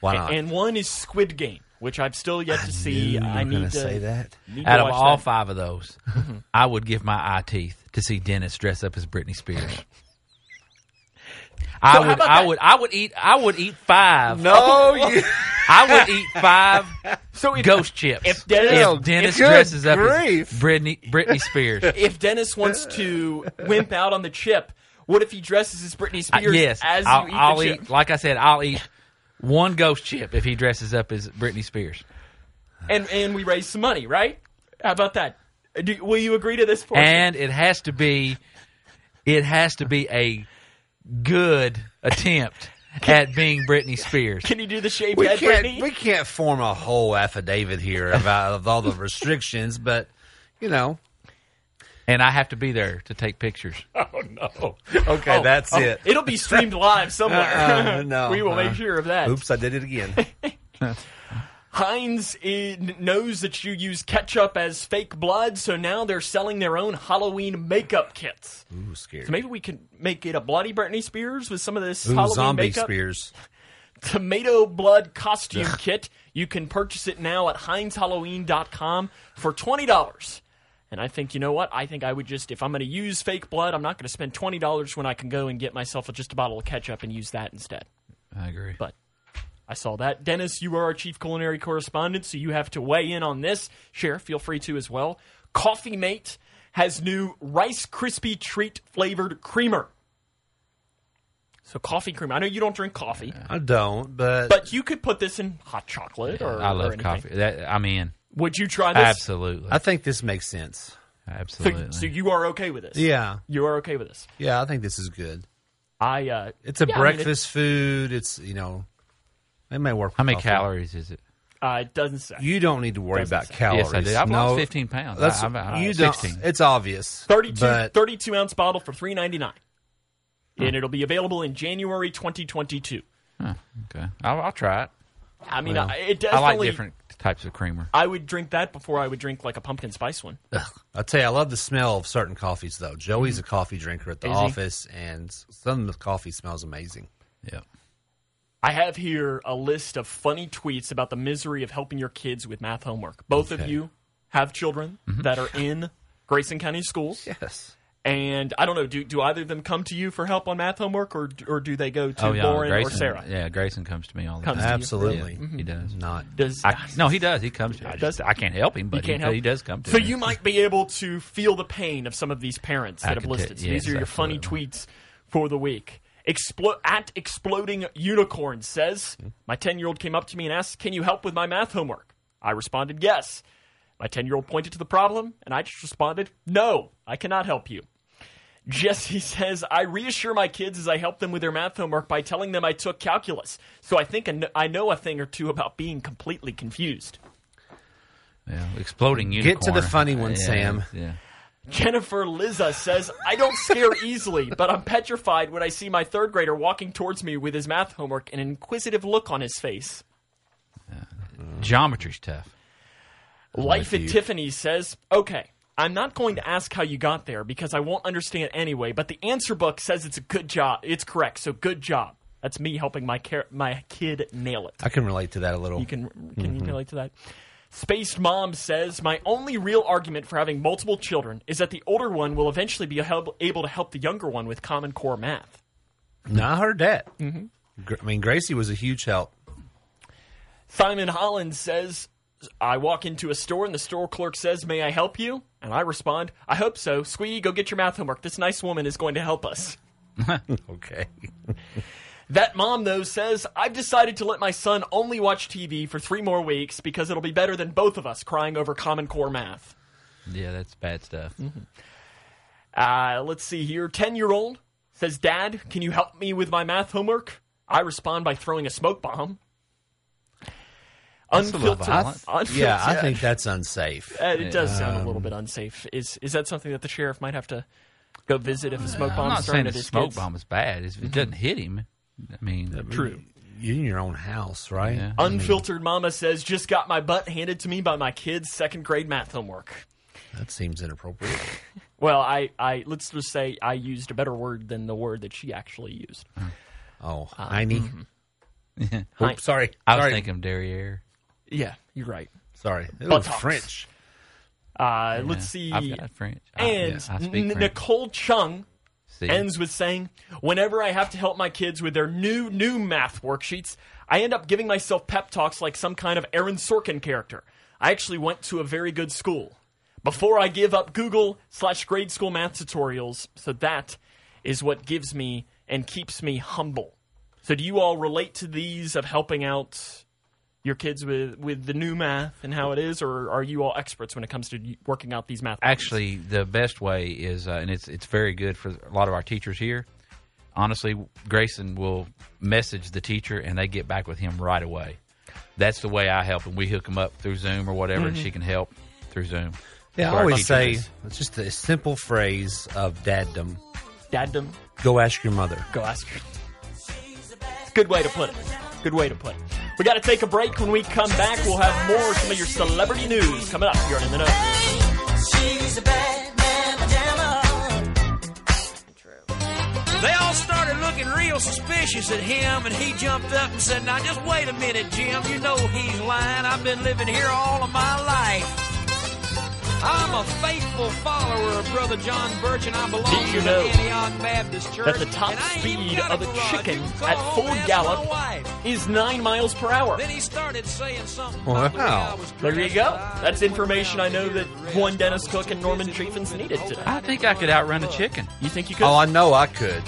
S3: Why
S1: a-
S3: not?
S1: and one is Squid Game, which I've still yet to see.
S3: you were
S1: I
S3: gonna
S1: need to
S3: say that.
S1: need to
S4: Out of
S1: watch
S4: all
S1: that. Mm-hmm.
S4: five of those, I would give my eye teeth to see Dennis dress up as Britney Spears. I
S1: how
S4: would,
S1: about
S4: I
S1: that?
S4: would, I would eat, I would eat five.
S3: No, Oh, you.
S4: I would eat five
S1: So if,
S4: ghost chips
S1: if Dennis,
S4: if Dennis
S3: good
S4: dresses up
S3: grief.
S4: as Britney, Britney Spears.
S1: if Dennis wants to wimp out on the chip, what if he dresses as Britney
S3: Uh,
S4: I-
S1: Spears
S4: yes,
S1: as
S4: I'll,
S1: you eat
S4: I'll
S1: the chip?
S4: eat. Like I said, I'll eat one ghost chip if he dresses up as Britney Spears,
S1: And and we raise some money, right? How about that? Do, will you agree to this portion?
S4: and it has to be, it has to be a good attempt at being Britney Spears.
S1: Can you do the shaved
S3: We
S1: head,
S3: can't,
S1: Brittany?
S3: we can't form a whole affidavit here about of all the restrictions, but you know,
S4: and I have to be there to take pictures.
S1: Oh,
S3: okay, that's it.
S1: It'll be streamed live somewhere.
S3: Uh-uh, no,
S1: we will make
S3: uh,
S1: sure of that.
S3: Oops, I did it again.
S1: Heinz eh, kn- knows that you use ketchup as fake blood, so now they're selling their own Halloween makeup kits.
S3: Ooh, scared.
S1: So maybe we can make it a bloody Britney Spears with some of this
S3: Ooh,
S1: Halloween
S3: zombie
S1: makeup.
S3: spears.
S1: tomato blood costume kit. You can purchase it now at HeinzHalloween.com for twenty dollars. And I think you know what? I think I would just if I'm going to use fake blood, I'm not going to spend twenty dollars when I can go and get myself just a bottle of ketchup and use that instead.
S4: I agree.
S1: But I saw that. Dennis, you are our chief culinary correspondent, so you have to weigh in on this. Sheriff, feel free to as well. Coffee Mate has new Rice Krispie Treat flavored creamer. So coffee creamer. I know you don't drink coffee.
S3: I don't, but,
S1: But you could put this in hot chocolate or
S4: I
S1: or
S4: love
S1: anything.
S4: coffee. That, I'm in.
S1: Would you try this?
S4: Absolutely.
S3: I think this makes sense.
S1: So,
S4: Absolutely.
S1: so you are okay with this?
S3: Yeah,
S1: You are okay with this?
S3: yeah, I think this is good.
S1: I. Uh,
S3: It's a
S1: yeah, I mean, it-
S3: breakfast food. It's you know, it may work.
S4: How
S3: with
S4: many
S3: coffee.
S4: calories is it?
S1: uh, it doesn't say.
S3: You don't need to worry
S1: Doesn't
S3: about
S1: say.
S3: calories.
S4: Yes, I did. I've
S3: no,
S4: lost 15 pounds.
S3: That's,
S4: I, I'm, I'm
S3: you don't-
S4: 16.
S3: It's obvious.
S1: 32,
S3: but
S1: 32 ounce bottle for three ninety nine, and it'll be available in January twenty twenty two.
S4: Huh, okay. I'll, I'll try it.
S1: I mean,
S3: Well,
S1: I, it
S4: I
S1: definitely.
S4: like different types of creamer.
S1: I would drink that before I would drink like a pumpkin spice one.
S3: I'll tell you, I love the smell of certain coffees, though. Joey's a coffee drinker at the
S1: Is he?
S3: office, and some of the coffee smells amazing.
S4: Yeah.
S1: I have here a list of funny tweets about the misery of helping your kids with math homework. Both of
S3: Okay.
S1: you have children
S4: Mm-hmm.
S1: that are in Grayson County schools.
S3: Yes.
S1: And I don't know, do do either of them come to you for help on math homework, or or do they go to
S4: Oh, yeah.
S1: Lauren
S4: Grayson,
S1: or Sarah?
S4: Yeah, Grayson comes to me all the
S1: Comes
S4: time.
S1: to
S3: Absolutely.
S1: Mm-hmm.
S4: Yeah, he does.
S3: Not.
S1: Does
S4: I, no, he does. He comes to me. I,
S1: does.
S4: just, I can't help him, but
S1: can't
S4: he,
S1: help.
S4: he does come to
S1: so
S4: me.
S1: you might be able to feel the pain of some of these parents that
S4: I
S1: have
S4: could ta-
S1: listed. So
S4: yes,
S1: these are your funny
S4: absolutely.
S1: tweets for the week. Explo- at exploding unicorn says,
S4: Hmm?
S1: my ten year old came up to me and asked, "Can you help with my math homework?" I responded, "Yes." My ten year old pointed to the problem, and I just responded, "No, I cannot help you." Jesse says, I reassure my kids as I help them with their math homework by telling them I took calculus. So I think I kn- I know a thing or two about being completely confused.
S4: Yeah, exploding
S3: Get
S4: unicorn.
S3: to the funny one,
S4: Yeah,
S3: Sam.
S4: Yeah.
S1: Jennifer Liza says, I don't scare easily, but I'm petrified when I see my third grader walking towards me with his math homework and an inquisitive look on his face.
S4: Geometry's tough.
S1: Life
S3: you.
S1: at Tiffany says, Okay, I'm not going to ask how you got there because I won't understand anyway, but the answer book says it's a good job. It's correct, so good job. That's me helping my, car- my kid nail it.
S3: I can relate to that a little.
S1: You can can you relate to that? Spaced Mom says, My only real argument for having multiple children is that the older one will eventually be help- able to help the younger one with Common Core math.
S3: No, I heard that. Mm-hmm. I mean, Gracie was a huge help.
S1: Simon Holland says, I walk into a store and the store clerk says, May I help you? And I respond, I hope so. Squee, go get your math homework. This nice woman is going to help us.
S3: Okay.
S1: That mom, though, says, I've decided to let my son only watch TV for three more weeks because it'll be better than both of us crying over Common Core math.
S4: Yeah, that's bad stuff.
S1: Mm-hmm. Uh, let's see here. 10 year old says, Dad, can you help me with my math homework? I respond by throwing a smoke bomb.
S4: a little
S1: Unfiltered.
S4: violent.
S1: unfiltered-
S3: Yeah, I think that's unsafe.
S1: Uh, it does sound a
S4: Um,
S1: little bit unsafe. Is is that something that the sheriff might have to go visit if a smoke
S4: I'm not
S1: bomb's
S4: saying
S1: thrown
S4: the
S1: at his
S4: smoke
S1: kids?
S4: bomb is bad. It's-
S1: Mm-hmm.
S4: It doesn't hit him. I mean,
S1: True.
S3: You're in your own house, right?
S4: Yeah.
S1: Unfiltered mama says, just got my butt handed to me by my kid's second grade math homework.
S3: That seems inappropriate.
S1: Well, I, I let's just say I used a better word than the word that she actually used.
S3: Oh,
S1: Uh,
S3: Heine.
S1: Hi- mm-hmm.
S3: Oops, sorry.
S4: I was
S3: sorry.
S4: thinking derriere.
S1: Yeah, you're right.
S3: sorry. Ooh,
S1: Buttocks.
S3: French.
S1: Uh, Let's
S4: Yeah.
S1: see.
S4: I've got French. I-
S1: And
S4: yeah, I speak
S1: N-
S4: French.
S1: Nicole Chung
S4: See?
S1: ends with saying, Whenever I have to help my kids with their new, new math worksheets, I end up giving myself pep talks like some kind of Aaron Sorkin character. I actually went to a very good school. Before I give up Google slash grade school math tutorials, so that is what gives me and keeps me humble. So, do you all relate to these of helping out your kids with, with the new math and how it is, or are you all experts when it comes to y- working out these math? problems?
S4: actually the best way is uh, and it's it's very good for a lot of our teachers here honestly grayson will message the teacher and they get back with him right away that's the way i help and we hook him up through zoom or whatever
S1: Mm-hmm.
S4: and she can help through zoom
S3: Yeah,
S4: So
S3: I
S4: our
S3: always say
S4: teachers-
S3: it's just a simple phrase of daddom.
S1: dad them.
S3: Go ask your mother.
S1: Go ask her. Good way to put it. Good way to put it. We got to take a break. When we come back, we'll have more some of your celebrity news coming up here on in the know.
S6: She's a bad mama jamma. They all started looking real suspicious at him, and he jumped up and said, Now just wait a minute, Jim. You know he's lying. I've been living here all of my life. I'm a faithful follower of Brother John Birch, and I belong
S1: Did you
S6: to
S1: know
S6: the Antioch Baptist Church.
S1: That the top
S6: and I ain't
S1: speed
S6: got
S1: of a
S6: garage.
S1: chicken
S6: You can call
S1: at
S6: home
S1: full
S6: and ask
S1: gallop
S6: my wife.
S1: is nine miles per hour.
S6: Then he started saying something.
S3: Wow.
S6: about the way I was
S1: There you
S6: dressed,
S1: go.
S6: but I
S1: That's
S6: didn't
S1: information I
S6: want
S1: know
S6: to
S1: that
S6: hear the
S1: one
S6: rest.
S1: Dennis
S6: I was
S1: Cook and
S6: too
S1: Norman
S6: busy
S1: Chaffins
S6: moving
S1: needed
S6: over
S1: today.
S4: i think i could outrun a chicken
S1: You think you could?
S3: Oh, I know I could.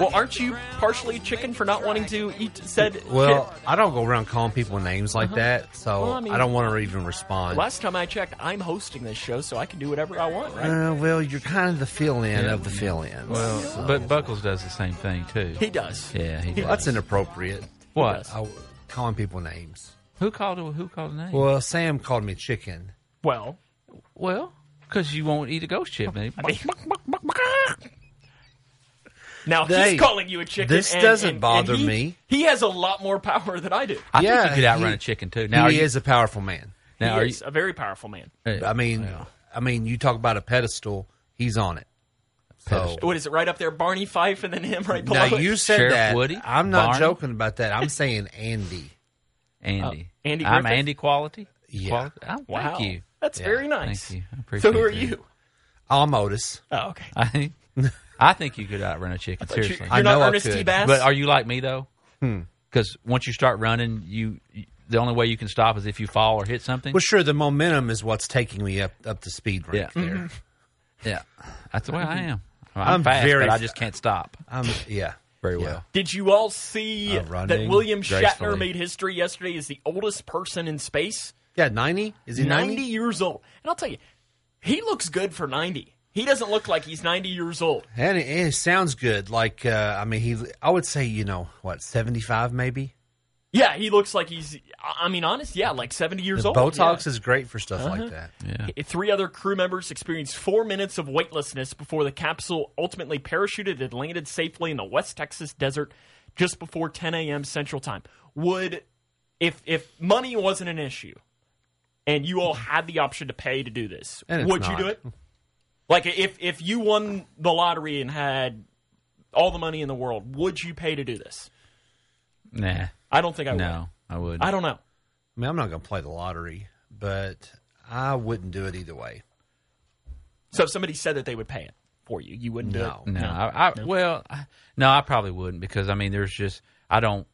S1: well, aren't you partially chicken for not wanting to eat said?
S3: Well,
S1: chip?
S3: I don't go around calling people names
S4: Uh-huh.
S3: like that, so
S1: Well, I
S3: I,
S1: mean-
S3: don't want to even respond.
S1: last time I checked, I'm hosting this show, so I can do whatever I want, right?
S3: Uh, well, you're kind of the fill-in of the fill-ins. Well,
S4: but buckles does the same thing too
S1: He does.
S4: yeah he does.
S3: that's inappropriate.
S4: what
S3: I, calling people names.
S4: who called who called the name
S3: Well, Sam called me chicken.
S1: Well,
S4: well because you won't eat a ghost chip man.
S1: Now
S3: Hey,
S1: he's calling you a chicken.
S3: this
S1: and-
S3: doesn't
S1: and- and
S3: bother
S1: he-
S3: me.
S1: He has a lot more power than I do.
S4: i think
S3: Yeah,
S4: you could outrun
S3: he-
S4: a chicken too now are
S3: he
S4: you,
S3: is a powerful man.
S4: now
S1: he
S4: are uh,
S1: is a very powerful man.
S4: you
S3: I mean, I mean, you talk about a pedestal. He's on it. So
S1: What is it? Right up there, Barney Fife, and then him right below.
S3: now
S1: it?
S3: you said
S4: Sheriff
S3: that.
S4: Woody?
S3: I'm not
S4: Barney?
S3: joking about that. I'm saying Andy.
S4: Andy.
S1: Oh, Andy
S4: I'm
S1: Griffith?
S4: Andy Quality.
S3: Yeah.
S4: Quality. Oh,
S1: Wow,
S4: Thank you.
S1: That's
S3: Yeah,
S1: very nice.
S4: thank you. I appreciate
S1: So who are
S4: that.
S1: you?
S3: I'm Otis.
S1: Oh, okay.
S4: I, I think you could outrun a chicken.
S1: But you-
S4: Seriously.
S1: You're
S3: I
S1: not
S3: know I
S1: Ernest T.
S3: could,
S1: Bass.
S4: but are you like me though? Because once you start running, you you- the only way you can stop is if you fall or hit something.
S3: Well, sure, the momentum is what's taking me up up to speed right
S4: Yeah.
S3: there.
S1: Mm-hmm.
S4: yeah, that's the way I am. I'm,
S3: I'm
S4: fast,
S3: very
S4: but I
S3: fa-
S4: just can't stop
S3: I'm Um, yeah.
S4: very
S3: Yeah.
S4: well.
S1: Did you all see
S3: Uh,
S1: that
S3: running
S1: William
S4: gracefully.
S1: Shatner made history yesterday as the oldest person in space?
S3: Yeah, ninety is he
S1: 90?
S3: ninety?
S1: years old. And I'll tell you, he looks good for 90. He doesn't look like he's 90 years old.
S3: And it, it sounds good. Like uh, I mean, he. I would say you know what, seventy five maybe.
S1: Yeah, he looks like he's. I I mean, honest, yeah, like seventy years
S3: The
S1: old.
S3: Botox
S1: yeah.
S3: is great for stuff like that.
S4: Uh-huh. Yeah.
S1: Three other crew members experienced four minutes of weightlessness before the capsule ultimately parachuted and landed safely in the West Texas desert just before 10 a.m. Central Time. Would if if money wasn't an issue and you all had the option to pay to do this,
S3: And it's
S1: would you
S3: not.
S1: do it? Like if if you won the lottery and had all the money in the world, would you pay to do this?
S4: Nah.
S1: I don't think I would.
S4: No, I would.
S1: I don't know.
S3: I mean, I'm not going to play the lottery, but I wouldn't do it either way.
S1: So if somebody said that they would pay it for you, you wouldn't
S3: No.
S1: do it.
S4: No, I, I well, I, no, I probably wouldn't because I mean, there's just I don't.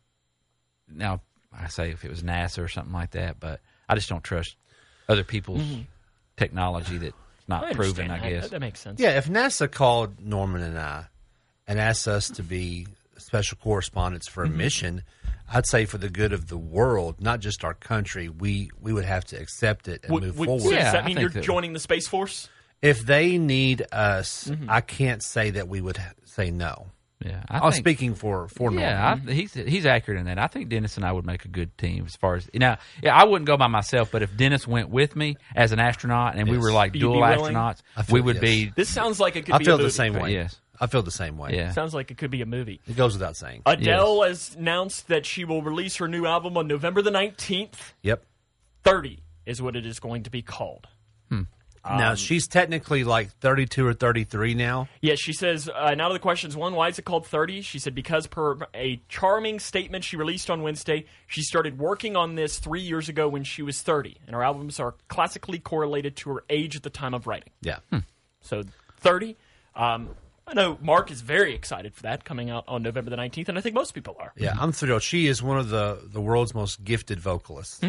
S4: Now I say if it was NASA or something like that, but I just don't trust other people's technology that's not proven.
S1: Mm-hmm. understand
S4: I
S1: that.
S4: guess
S1: That, that makes sense.
S3: Yeah, if NASA called Norman and I and asked us to be special correspondents for a
S4: Mm-hmm.
S3: mission, I'd say for the good of the world, not just our country, we we would have to accept it and
S1: Would-
S3: move
S1: would-
S3: forward.
S1: so
S4: Yeah,
S1: does that
S4: I
S1: mean
S4: think
S1: you're
S4: that-
S1: joining the Space Force?
S3: If they need us, I can't say that we would h- say no.
S4: Yeah,
S3: I
S4: I
S3: am
S4: think-
S3: speaking for for Norman.
S4: Yeah, I, he's he's accurate in that. I think Dennis and I would make a good team as far as now. Yeah, I wouldn't go by myself, but if Dennis went with me as an astronaut and we were like
S1: You'd be
S4: dual
S1: willing?
S4: astronauts,
S3: I feel
S4: we would
S3: yes.
S4: be.
S1: This sounds like it could
S3: I
S1: be
S3: feel
S1: a movie.
S3: the same way.
S4: Yes.
S3: I feel the same way.
S4: Yeah.
S1: Sounds like it could be a movie.
S3: It goes without saying.
S1: Adele has announced that she will release her new album on November the 19th.
S3: yep.
S1: 30 is what it is going to be called.
S3: now she's technically like 32 or 33 now.
S1: Yeah, she says, uh, now to the questions. One, why is it called 30? She said, because per a charming statement she released on Wednesday, she started working on this three years ago when she was 30, and her albums are classically correlated to her age at the time of writing.
S3: Yeah.
S1: So 30. Um, I know Mark is very excited for that coming out on November the 19th, and I think most people are.
S3: Yeah, I'm thrilled. She is one of the the world's most gifted vocalists.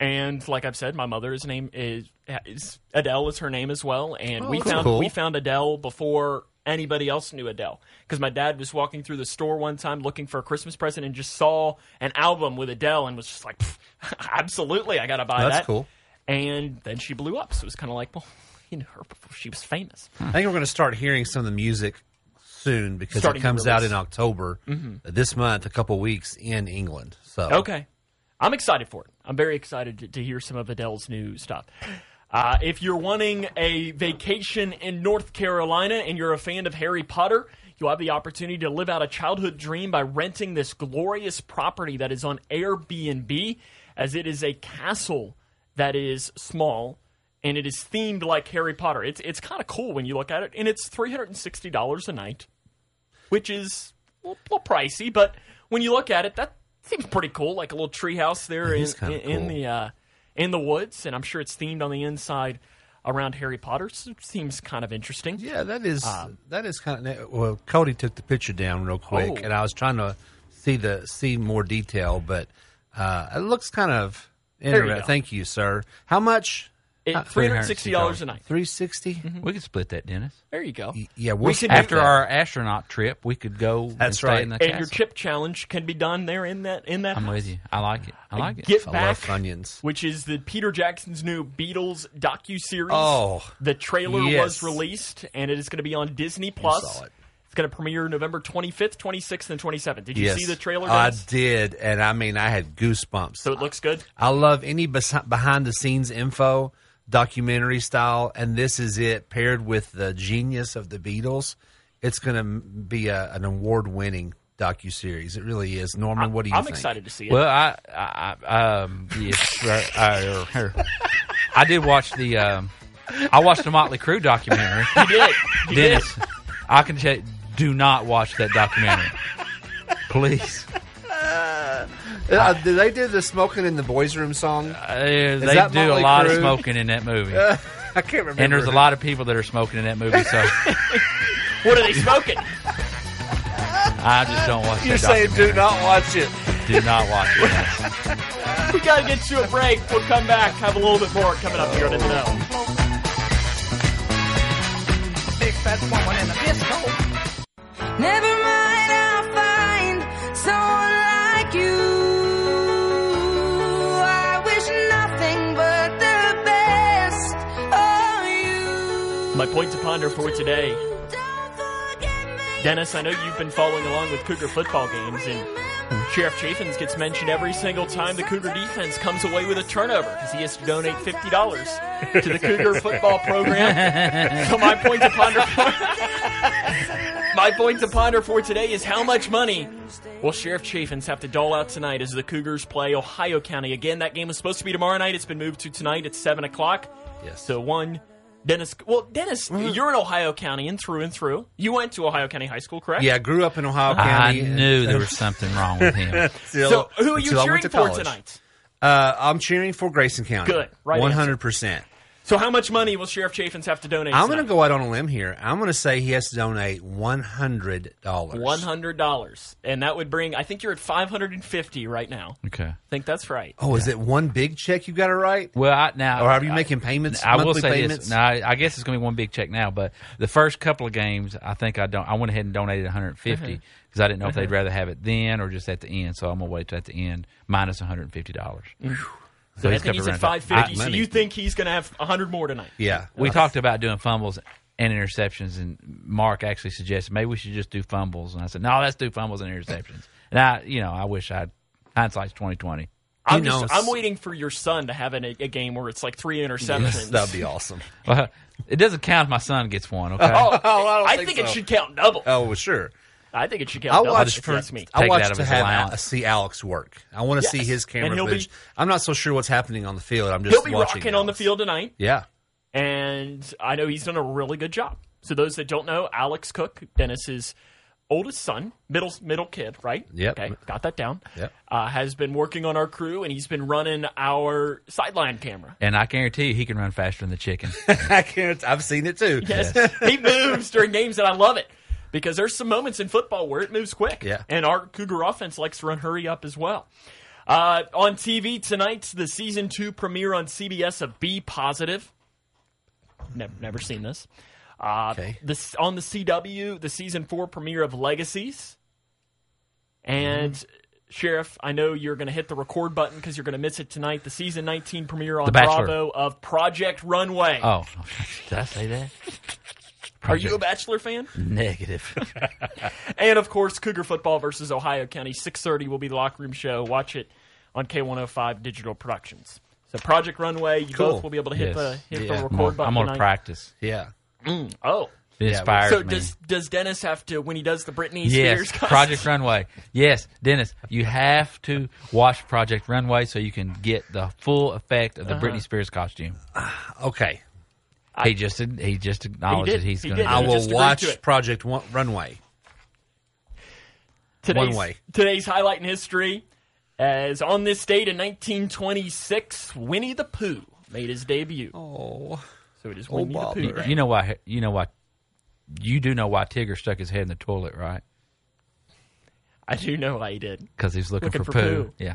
S1: And like I've said, my mother's name is, is Adele is her name as well, and
S3: Oh,
S1: we
S3: that's
S1: found
S3: cool.
S1: we found Adele before anybody else knew Adele because my dad was walking through the store one time looking for a Christmas present and just saw an album with Adele and was just like, "Pff, absolutely, I gotta buy
S3: That's
S1: that.
S3: cool.
S1: And then she blew up, so it was kind of like, well, you know her before she was famous.
S3: I think we're going to start hearing some of the music soon because
S1: Starting
S3: it
S1: to
S3: comes out
S1: release.
S3: in October uh, this month, a couple weeks in England. So
S1: Okay. I'm excited for it. I'm very excited to, to hear some of Adele's new stuff. Uh, if you're wanting a vacation in North Carolina and you're a fan of Harry Potter, you'll have the opportunity to live out a childhood dream by renting this glorious property that is on Airbnb, as it is a castle that is small and it is themed like Harry Potter. It's it's kind of cool when you look at it, and it's three hundred and sixty dollars a night which is a little, little pricey, but when you look at it, that seems pretty cool. Like a little treehouse there in,
S3: is kinda
S1: in, in
S3: cool.
S1: the uh, in the woods, and I'm sure it's themed on the inside around Harry Potter. So it seems kind of interesting.
S3: yeah, that is
S1: Ah.
S3: that is kind of well. Cody took the picture down real quick,
S1: Oh.
S3: and I was trying to see the see more detail, but uh, it looks kind of
S1: you
S3: interesting.
S1: go.
S3: Thank you, sir. How much?
S1: It, Three hundred sixty dollars a night.
S3: Three sixty.
S4: We could split that, Dennis.
S1: There you go.
S3: Yeah,
S1: Mm-hmm. We
S3: we'll
S1: can-
S3: see.
S4: After
S3: that.
S4: our astronaut trip, we could go. and
S3: That's
S4: stay
S3: right.
S4: In the
S1: And
S4: castle.
S1: your chip challenge can be done there in that in that.
S4: I'm with you. I like it. I like it.
S1: Get
S3: I love
S1: back,
S3: Funyuns.
S1: which is the Peter Jackson's new Beatles docu series.
S3: Oh,
S1: the trailer was
S3: yes.
S1: released, and it is going to be on Disney Plus.
S3: saw it.
S1: It's going to premiere November 25th, 26th, and 27th. Did you
S3: Yes.
S1: see the trailer?
S3: I
S1: Dennis?
S3: did, and I mean, I had goosebumps.
S1: So it looks good.
S3: I love any bes- behind the scenes info, documentary style, and this is it paired with the genius of the Beatles. It's going to be a, an award winning docu series. It really is. Norman, what do you
S1: I'm
S3: think?
S1: excited to see it.
S4: Well, I, I, I um, yes, right, I, er, er. I did watch the, um, I watched the Motley Crue documentary.
S1: you did. You did.
S4: Dennis, I can tell you, do not watch that documentary, please.
S3: Uh, did they do the smoking in the boys' room song?
S4: Uh, they
S3: that
S4: do a
S3: Motley
S4: lot
S3: Crue?
S4: of smoking in that movie,
S1: Uh,
S3: I can't remember.
S4: and there's a lot of people that are smoking in that movie. So
S1: What are they smoking?
S4: I just don't watch.
S3: You're
S4: that
S3: saying do not watch it.
S4: documentary. do not watch it. Dennis.
S1: we got to get to a break. We'll come back. Have a little bit more coming up here on the know.
S5: big fat woman in the disco. Never mind, I'll find someone like you. I wish nothing but the best of you.
S1: My point to ponder for today.
S5: Don't forget me.
S1: Dennis, I know you've been following along with Cougar football games, and Sheriff Chaffins gets mentioned every single time the Cougar defense comes away with a turnover because he has to donate fifty dollars to the Cougar football program. so my point to ponder, my point to ponder for today is how much money will Sheriff Chaffins have to dole out tonight as the Cougars play Ohio County again? That game was supposed to be tomorrow night. It's been moved to tonight at seven o'clock.
S3: Yes.
S1: So one. Dennis, well, Dennis, you're in Ohio County and through and through. You went to Ohio County High School, correct?
S3: Yeah, I grew up in Ohio
S4: I
S3: County.
S4: knew there was something wrong with him.
S3: Until-
S1: So, who are you
S3: until I
S1: cheering
S3: went
S1: for
S3: to college.
S1: tonight?
S3: Uh, I'm cheering for Grayson County.
S1: Good. Right
S3: One
S1: answer.
S3: hundred percent.
S1: So, how much money will Sheriff Chaffins have to donate?
S3: I'm going to go out on a limb here. I'm going to say he has to donate one hundred dollars.
S1: one hundred dollars, and that would bring. I think you're at five hundred and fifty right now. I
S4: Okay.
S1: think that's right.
S3: Oh, is it one big check you got to write?
S4: Well, I, now
S3: Or are you
S4: I-
S3: making payments?
S4: I will
S3: monthly
S4: say
S3: payments?
S4: this. Now, I, I guess it's going to be one big check now, but the first couple of games, I think I don't. I went ahead and donated 150
S3: Mm-hmm.
S4: because I didn't know if they'd rather have it then or just at the end. So I'm going to wait till at the end minus 150 dollars.
S1: So I think he's at five fifty. So
S3: money.
S1: you think he's going to have hundred more tonight?
S3: Yeah,
S4: We talked about doing fumbles and interceptions, and Mark actually suggested maybe we should just do fumbles, and I said no, let's do fumbles and interceptions. And I, you know, I wish I hindsight's 2020.
S1: I'm
S3: Who
S1: just.
S3: knows?
S1: I'm waiting for your son to have an, a, a game where it's like three interceptions.
S3: that'd be awesome.
S4: Well, it doesn't count if my son gets one. Okay.
S1: Oh,
S3: I
S1: I,
S3: don't
S1: think,
S3: think
S1: it
S3: so.
S1: should count double.
S3: Oh, well, sure.
S1: I think it should
S3: I
S1: count double.
S3: watched
S1: if
S3: for.
S1: you ask me.
S3: I
S4: Take it out
S3: watched
S4: of
S3: to
S4: his
S3: have Al,
S4: allowance.
S3: see Alex work. I want to see
S1: Yes.
S3: his camera
S1: And he'll be-
S3: footage. I'm not so sure what's happening on the field. I'm just
S1: He'll be
S3: watching
S1: rocking on the
S3: Alex.
S1: field tonight,
S3: Yeah,
S1: and I know he's done a really good job. So those that don't know, Alex Cook, Dennis's oldest son, middle middle kid, right?
S3: Yep.
S1: Okay, got that down.
S3: Yep.
S1: Uh, has been working on our crew, and he's been running our sideline camera.
S4: And I guarantee you, he can run faster than the chicken.
S3: I can't. I've seen it too.
S1: Yes, he moves during games, and I love it because there's some moments in football where it moves quick.
S3: Yeah.
S1: and our Cougar offense likes to run hurry up as well. Uh, on TV tonight, the season two premiere on CBS of Be Positive. Never, never seen this. Uh,
S3: Okay.
S1: This on the CW, the season four premiere of Legacies. And Sheriff, I know you're going to hit the record button because you're going to miss it tonight. The season 19 premiere on
S4: The Bachelor.
S1: Bravo of Project Runway.
S4: Oh, did I say that?
S1: Are you a Bachelor fan?
S4: negative?
S1: And of course, Cougar football versus Ohio County. 6:30 will be the locker room show. Watch it on K105 Digital Productions. So Project Runway, you
S3: Cool.
S1: both will be able to hit
S4: Yes.
S1: the hit
S3: Yeah.
S1: the
S4: I'm on-
S1: record button.
S4: I'm on
S1: tonight.
S4: practice.
S3: Yeah.
S1: Oh,
S4: It inspires
S1: so
S4: me.
S1: does does Dennis have to when he does the Britney Spears?
S4: yes,
S1: contest-
S4: Project Runway. Yes, Dennis, you have to watch Project Runway so you can get the full effect of the
S1: Uh-huh.
S4: Britney Spears costume.
S3: Okay.
S4: he just he just acknowledged
S1: He
S4: that
S1: did.
S4: he's
S1: He
S4: going
S1: did.
S3: I
S1: Yeah,
S4: to.
S1: just agree
S3: will
S1: to
S3: watch
S1: it.
S3: Project One- Runway.
S1: today's,
S3: Runway.
S1: Today's highlight in history, as on this date in 1926, Winnie the Pooh made his debut. Oh, so it is Winnie the Pooh. Day.
S4: You know why? You know why? You do know why Tigger stuck his head in the toilet, right?
S1: I do know why he did.
S4: Because he's looking,
S1: Looking
S4: for,
S1: for
S4: poo.
S1: poo.
S4: Yeah,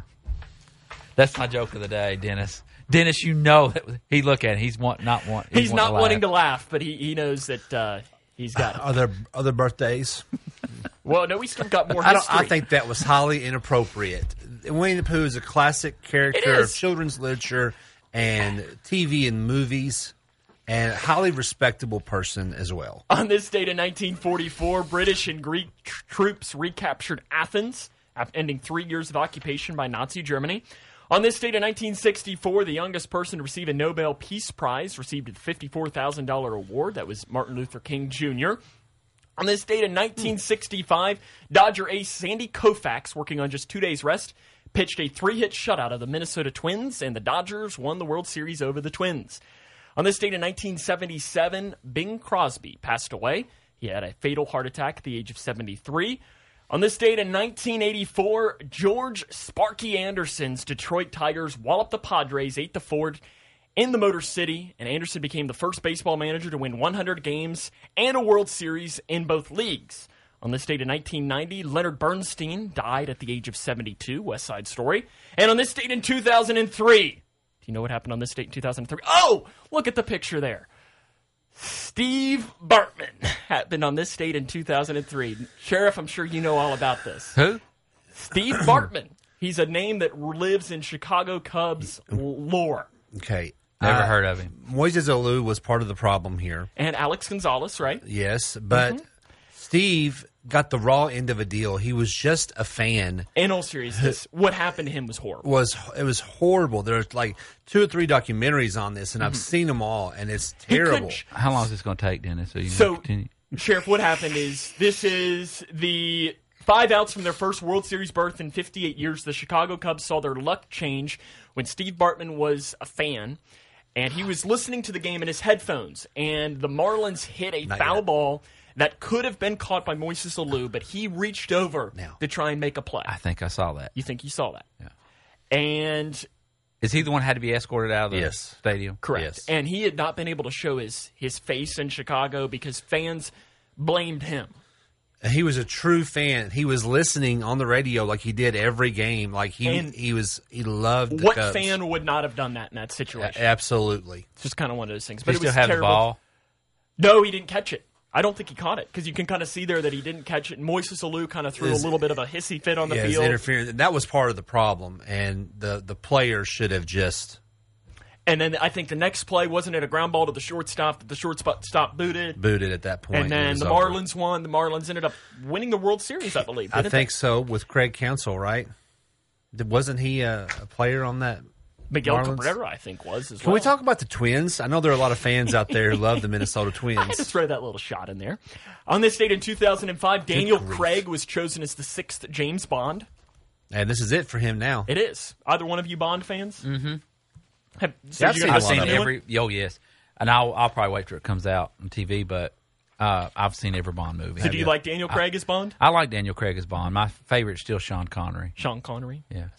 S4: that's my joke of the day, Dennis. Dennis, you know that he look at it, he's want not want
S1: He's not wanting to laugh, but he, he knows that uh, he's got it.
S3: Are there other birthdays?
S1: Well, no, we still got more.
S3: I don't.
S1: history.
S3: I think that was highly inappropriate. Winnie the Pooh is a classic character
S1: It is.
S3: of children's literature and TV and movies, and a highly respectable person as well.
S1: On this date in 1944, British and Greek tr- troops recaptured Athens, ap- ending three years of occupation by Nazi Germany. On this date in 1964, the youngest person to receive a Nobel Peace Prize received a $54,000 award. That was Martin Luther King Jr. On this date in 1965, Dodger ace Sandy Koufax, working on just two days' rest, pitched a three hit shutout of the Minnesota Twins, and the Dodgers won the World Series over the Twins. On this date in 1977, Bing Crosby passed away. He had a fatal heart attack at the age of 73. On this date in 1984, George Sparky Anderson's Detroit Tigers walloped the Padres 8 to 4 in the Motor City, and Anderson became the first baseball manager to win 100 games and a World Series in both leagues. On this date in 1990, Leonard Bernstein died at the age of 72, West Side Story. And on this date in 2003, do you know what happened on this date in 2003? Oh, look at the picture there. Steve Bartman happened on this date in 2003. Sheriff, I'm sure you know all about this.
S4: Who?
S1: Steve Bartman. He's a name that lives in Chicago Cubs lore.
S3: Okay.
S4: Never
S3: Uh,
S4: heard of him.
S3: Moises Alou was part of the problem here.
S1: And Alex Gonzalez, right?
S3: Yes, but Steve got the raw end of a deal. He was just a fan.
S1: In all seriousness, what happened to him was horrible.
S3: Was it was horrible. There's like two or three documentaries on this, and I've seen them all, and it's terrible.
S1: Mm-hmm. sh-
S4: How long is this going to take, Dennis? So you can
S1: So,
S4: continue.
S1: Sheriff, what happened is this is the five outs from their first World Series berth in 58 years. The Chicago Cubs saw their luck change when Steve Bartman was a fan. And he was listening to the game in his headphones, and the Marlins hit a
S3: Not
S1: foul
S3: yet.
S1: ball that could have been caught by Moises Alou, but he reached over
S3: Now.
S1: to try and make a play.
S4: I think I saw that.
S1: You think you saw that? And
S4: Is he the one who had to be escorted out of the
S3: Yes.
S4: stadium?
S1: Correct.
S3: Yes.
S1: And he had not been able to show his his face in Chicago because fans blamed him.
S3: he was a true fan. He was listening on the radio like he did every game. Like he
S1: And
S3: he was he loved the
S1: what
S3: Cubs.
S1: fan would not have done that in that situation?
S3: Absolutely.
S1: it's just kind of one of those things. But
S4: He
S1: it was
S4: still had
S1: terrible.
S4: the ball.
S1: No, he didn't catch it. I don't think he caught it because you can kind of see there that he didn't catch it. Moises Alou kind of threw
S3: Is-
S1: a little bit of a hissy fit on the
S3: Yeah, his
S1: field,
S3: interference. That was part of the problem, and the the player should have just
S1: and then I think the next play wasn't it a ground ball to the shortstop that the shortstop booted,
S3: booted at that point.
S1: and
S3: It
S1: then
S3: was
S1: the
S3: over.
S1: Marlins won. The Marlins ended up winning the World Series, I believe.
S3: I
S1: didn't
S3: think so with Craig Council, right? Th- Wasn't he a, a player on that?
S1: they? Miguel
S3: Marlins-
S1: Cabrera, I think, was as
S3: Can
S1: well.
S3: we talk about the Twins? I know there are a lot of fans out there who love the Minnesota
S1: I just
S3: Twins.
S1: throw that little shot in there. On this date in 2005, Daniel
S3: grief.
S1: Craig was chosen as the sixth James Bond.
S3: And this is it for him now.
S1: It is. Either one of you Bond fans? Mm-hmm. Have, so
S3: Yeah,
S1: you
S3: seen
S1: guys
S4: I've
S3: a lot
S1: seen
S4: seen
S3: of
S1: anyone?
S4: every. Oh yes, and I'll I'll probably wait till it comes out on TV. But uh, I've seen every Bond movie.
S1: So do you like Daniel Craig as Bond?
S4: I like Daniel Craig as Bond. My favorite's still Sean Connery.
S1: Sean Connery.
S4: Yes.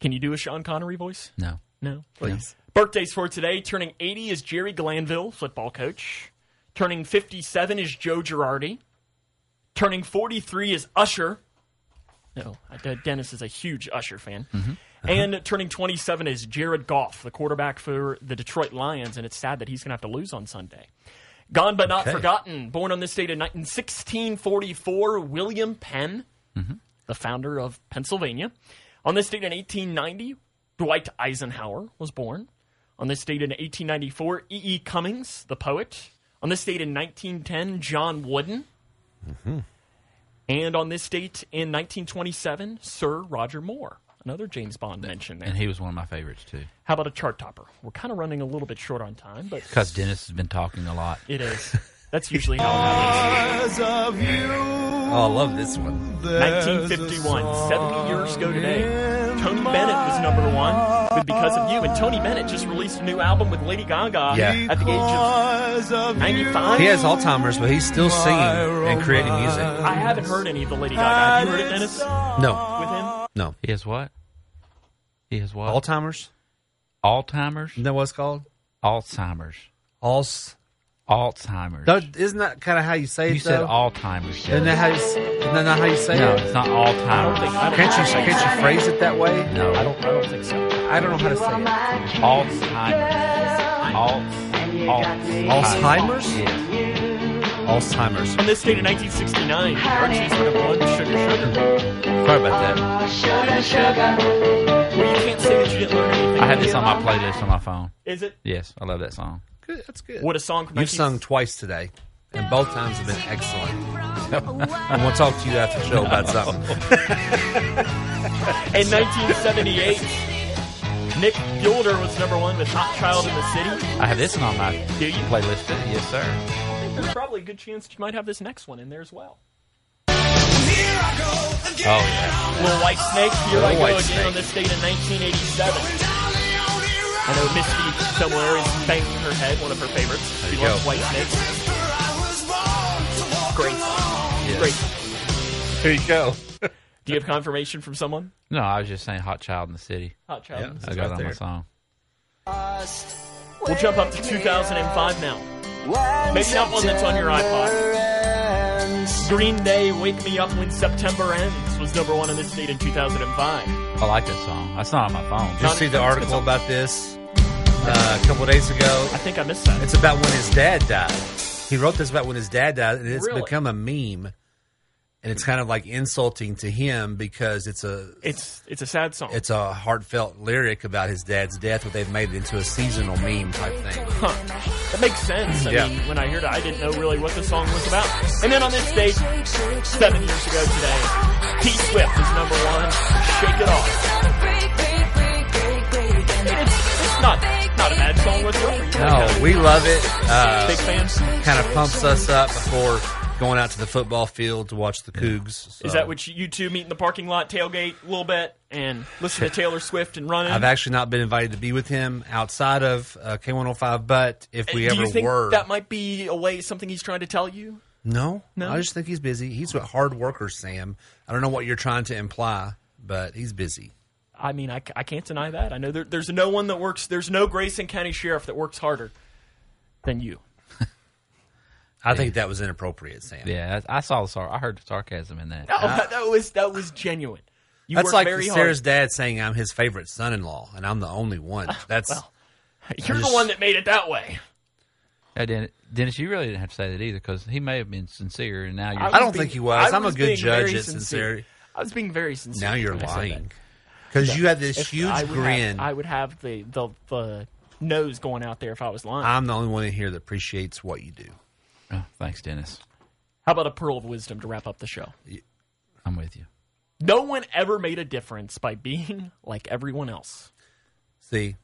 S1: Can you do a Sean Connery voice?
S4: No.
S1: No, please. Birthdays for today. Turning 80 is Jerry Glanville, football coach. Turning 57 is Joe Girardi. Turning 43 is Usher. No, I- De- Dennis is a huge Usher fan. And turning 27 is Jared Goff, the quarterback for the Detroit Lions, and it's sad that he's going to have to lose on Sunday. Gone but not
S3: Okay.
S1: forgotten. Born on this date in 19- 1644, William Penn,
S4: Mm-hmm.
S1: the founder of Pennsylvania. On this date in 1890, Dwight Eisenhower was born. On this date in 1894, E. E. Cummings, the poet. On this date in 1910, John Wooden.
S4: Mm-hmm.
S1: And on this date in 1927, Sir Roger Moore, another James Bond mention there.
S4: And he was one of my favorites too,
S1: How about a chart topper? We're kind of running a little bit short on time, but
S4: because Dennis has been talking a lot.
S1: it is. That's usually how it happens.
S3: Oh, I love this one.
S1: 1951, 70 years ago today, Tony Bennett was number one with Because of You, and Tony Bennett just released a new album with Lady Gaga
S3: Yeah.
S1: at the age of 95.
S3: He has Alzheimer's, but he's still singing and creating music.
S1: I haven't heard any of the Lady Gaga. Have you heard it, Dennis?
S3: No,
S1: With him?
S3: no.
S4: He has what? He has what?
S3: Alzheimer's?
S4: Alzheimer's.
S3: Isn't that what it's called?
S4: Alzheimer's.
S3: Alz.
S4: Alzheimer's.
S3: No, isn't that kind of how you say it?
S4: you said
S3: though?
S4: Alzheimer's.
S3: Isn't that
S4: Dennis.
S3: how you, s- isn't that not how you say
S4: No,
S3: it?
S4: it's not Alzheimer's.
S3: Can't you can't you phrase it that way?
S4: No.
S3: I don't. I don't think so. I don't know how to say it.
S4: Alzheimer's. Alz. Alz.
S3: Alzheimer's?
S4: Yes.
S3: Alzheimer's.
S1: On this date in 1969, the Archies would have won Sugar Sugar.
S4: Sorry about that.
S1: Well, you can't say that you didn't learn anything.
S4: I had this on my playlist on my phone.
S1: Is it?
S4: Yes, I love that song.
S3: Good, that's good.
S1: What a song from
S3: You've
S1: 19-
S3: sung twice today, and both times have been excellent. I want to talk to you after the show about something.
S1: In 1978, Nick Gilder was number one with Hot Child in the City.
S4: I have this one on my
S1: Do you?
S4: playlist. too. Yes, sir.
S1: There's probably a good chance you might have this next one in there as well.
S4: Oh yeah.
S1: Little White Snake, here I
S3: Little
S1: go
S3: White
S1: again
S3: Snake.
S1: on this date in 1987. I know Misty somewhere is banging her head, one of her favorites. She
S3: you go.
S1: loves White Snake. Great. Great.
S3: Here you go.
S1: Do you have confirmation from someone?
S4: No, I was just saying "Hot Child in the City."
S1: Hot Child.
S3: Yeah.
S4: I
S3: It's
S4: got
S3: right
S4: it on my
S3: there.
S4: song.
S1: We'll jump up to 2005 now. Maybe not one that's on your iPod. Green Day, Wake Me Up When September Ends was number one on this date in 2005.
S4: I like that song. I saw it on my phone.
S3: Did you see the article about this uh, a couple of days ago?
S1: I think I missed that.
S3: It's about when his dad died. He wrote this about when his dad died, and it's
S1: Really?
S3: become a meme. and it's kind of like insulting to him because it's a
S1: It's it's a sad song.
S3: it's a heartfelt lyric about his dad's death, but they've made it into a seasonal meme type thing.
S1: That makes sense. I
S3: Yeah.
S1: mean, when I heard it, I didn't know really what the song was about. And then on this date, seven years ago today, T Swift is number one. Shake it off. And it's, it's not not a bad song whatsoever.
S3: No, we love it. Uh,
S1: Big fan.
S3: kind of pumps us up before going out to the football field to watch the Cougs. so.
S1: Is that what you you two meet in the parking lot, tailgate a little bit, and listen to Taylor Swift and running?
S3: I've actually not been invited to be with him outside of uh, K105, but if we
S1: Do
S3: ever
S1: you think
S3: were,
S1: that might be a way something he's trying to tell you?
S3: no,
S1: No?
S3: I just think he's busy. He's a hard worker, Sam. I don't know what you're trying to imply, but he's busy.
S1: I mean, I, c- I can't deny that. I know there, there's no one that works. There's no Grayson County sheriff that works harder than you.
S3: I think that was inappropriate, Sam.
S4: Yeah, I, I saw the sar- I heard the sarcasm in
S3: Oh,
S4: that.
S1: No, that, that was that was genuine. You
S3: That's
S1: work
S3: like
S1: very hard.
S3: Sarah's dad saying I'm his favorite son-in-law, and I'm the only one. That's
S1: well, You're
S3: just-
S1: the one that made it that way.
S4: I didn't, Dennis, you really didn't have to say that either because he may have been sincere, and now you're.
S3: I don't think he was. I'm a good
S1: being
S3: judge
S1: very
S3: at sincerity.
S1: I was being very sincere.
S3: now you're
S1: when I said that.
S3: lying because you had this
S1: If
S3: huge
S1: I would have-
S3: grin.
S1: I would have the, the the nose going out there if I was lying.
S3: I'm the only one in here that appreciates what you do.
S4: Oh, thanks, Dennis.
S1: How about a pearl of wisdom to wrap up the show?
S4: I'm with you.
S1: No one ever made a difference by being like everyone else.
S3: See,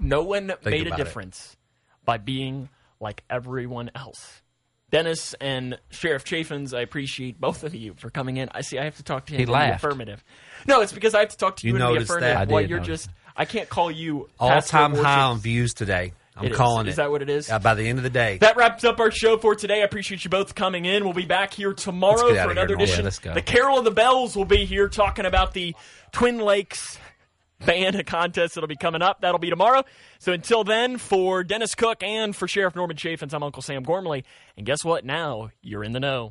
S1: No one made a
S3: about it.
S1: difference by being like everyone else. Dennis and Sheriff Chaffins, I appreciate both of you for coming in. I see I have to talk to him
S4: He
S1: in the
S4: laughed.
S1: affirmative. No, it's because I have to talk to
S3: You
S1: you, in the
S3: noticed that.
S1: affirmative
S3: I
S1: while
S4: did
S1: you're
S4: notice.
S1: just I can't call you past
S3: all-time
S1: your
S3: high
S1: worship.
S3: on views today. I'm
S1: It is.
S3: calling it.
S1: Is that what it is?
S3: Uh, by the end of the day,
S1: That wraps up our show for today. I appreciate you both coming in. We'll be back here
S3: Let's
S1: tomorrow for
S3: get out of here,
S1: another
S3: Nolan.
S1: edition.
S4: Let's go.
S1: The Carol of the Bells will be here talking about the Twin Lakes band contest that'll be coming up. That'll be tomorrow. So until then, for Dennis Cook and for Sheriff Norman Chaffins, I'm Uncle Sam Gormley. And guess what? Now you're in the know.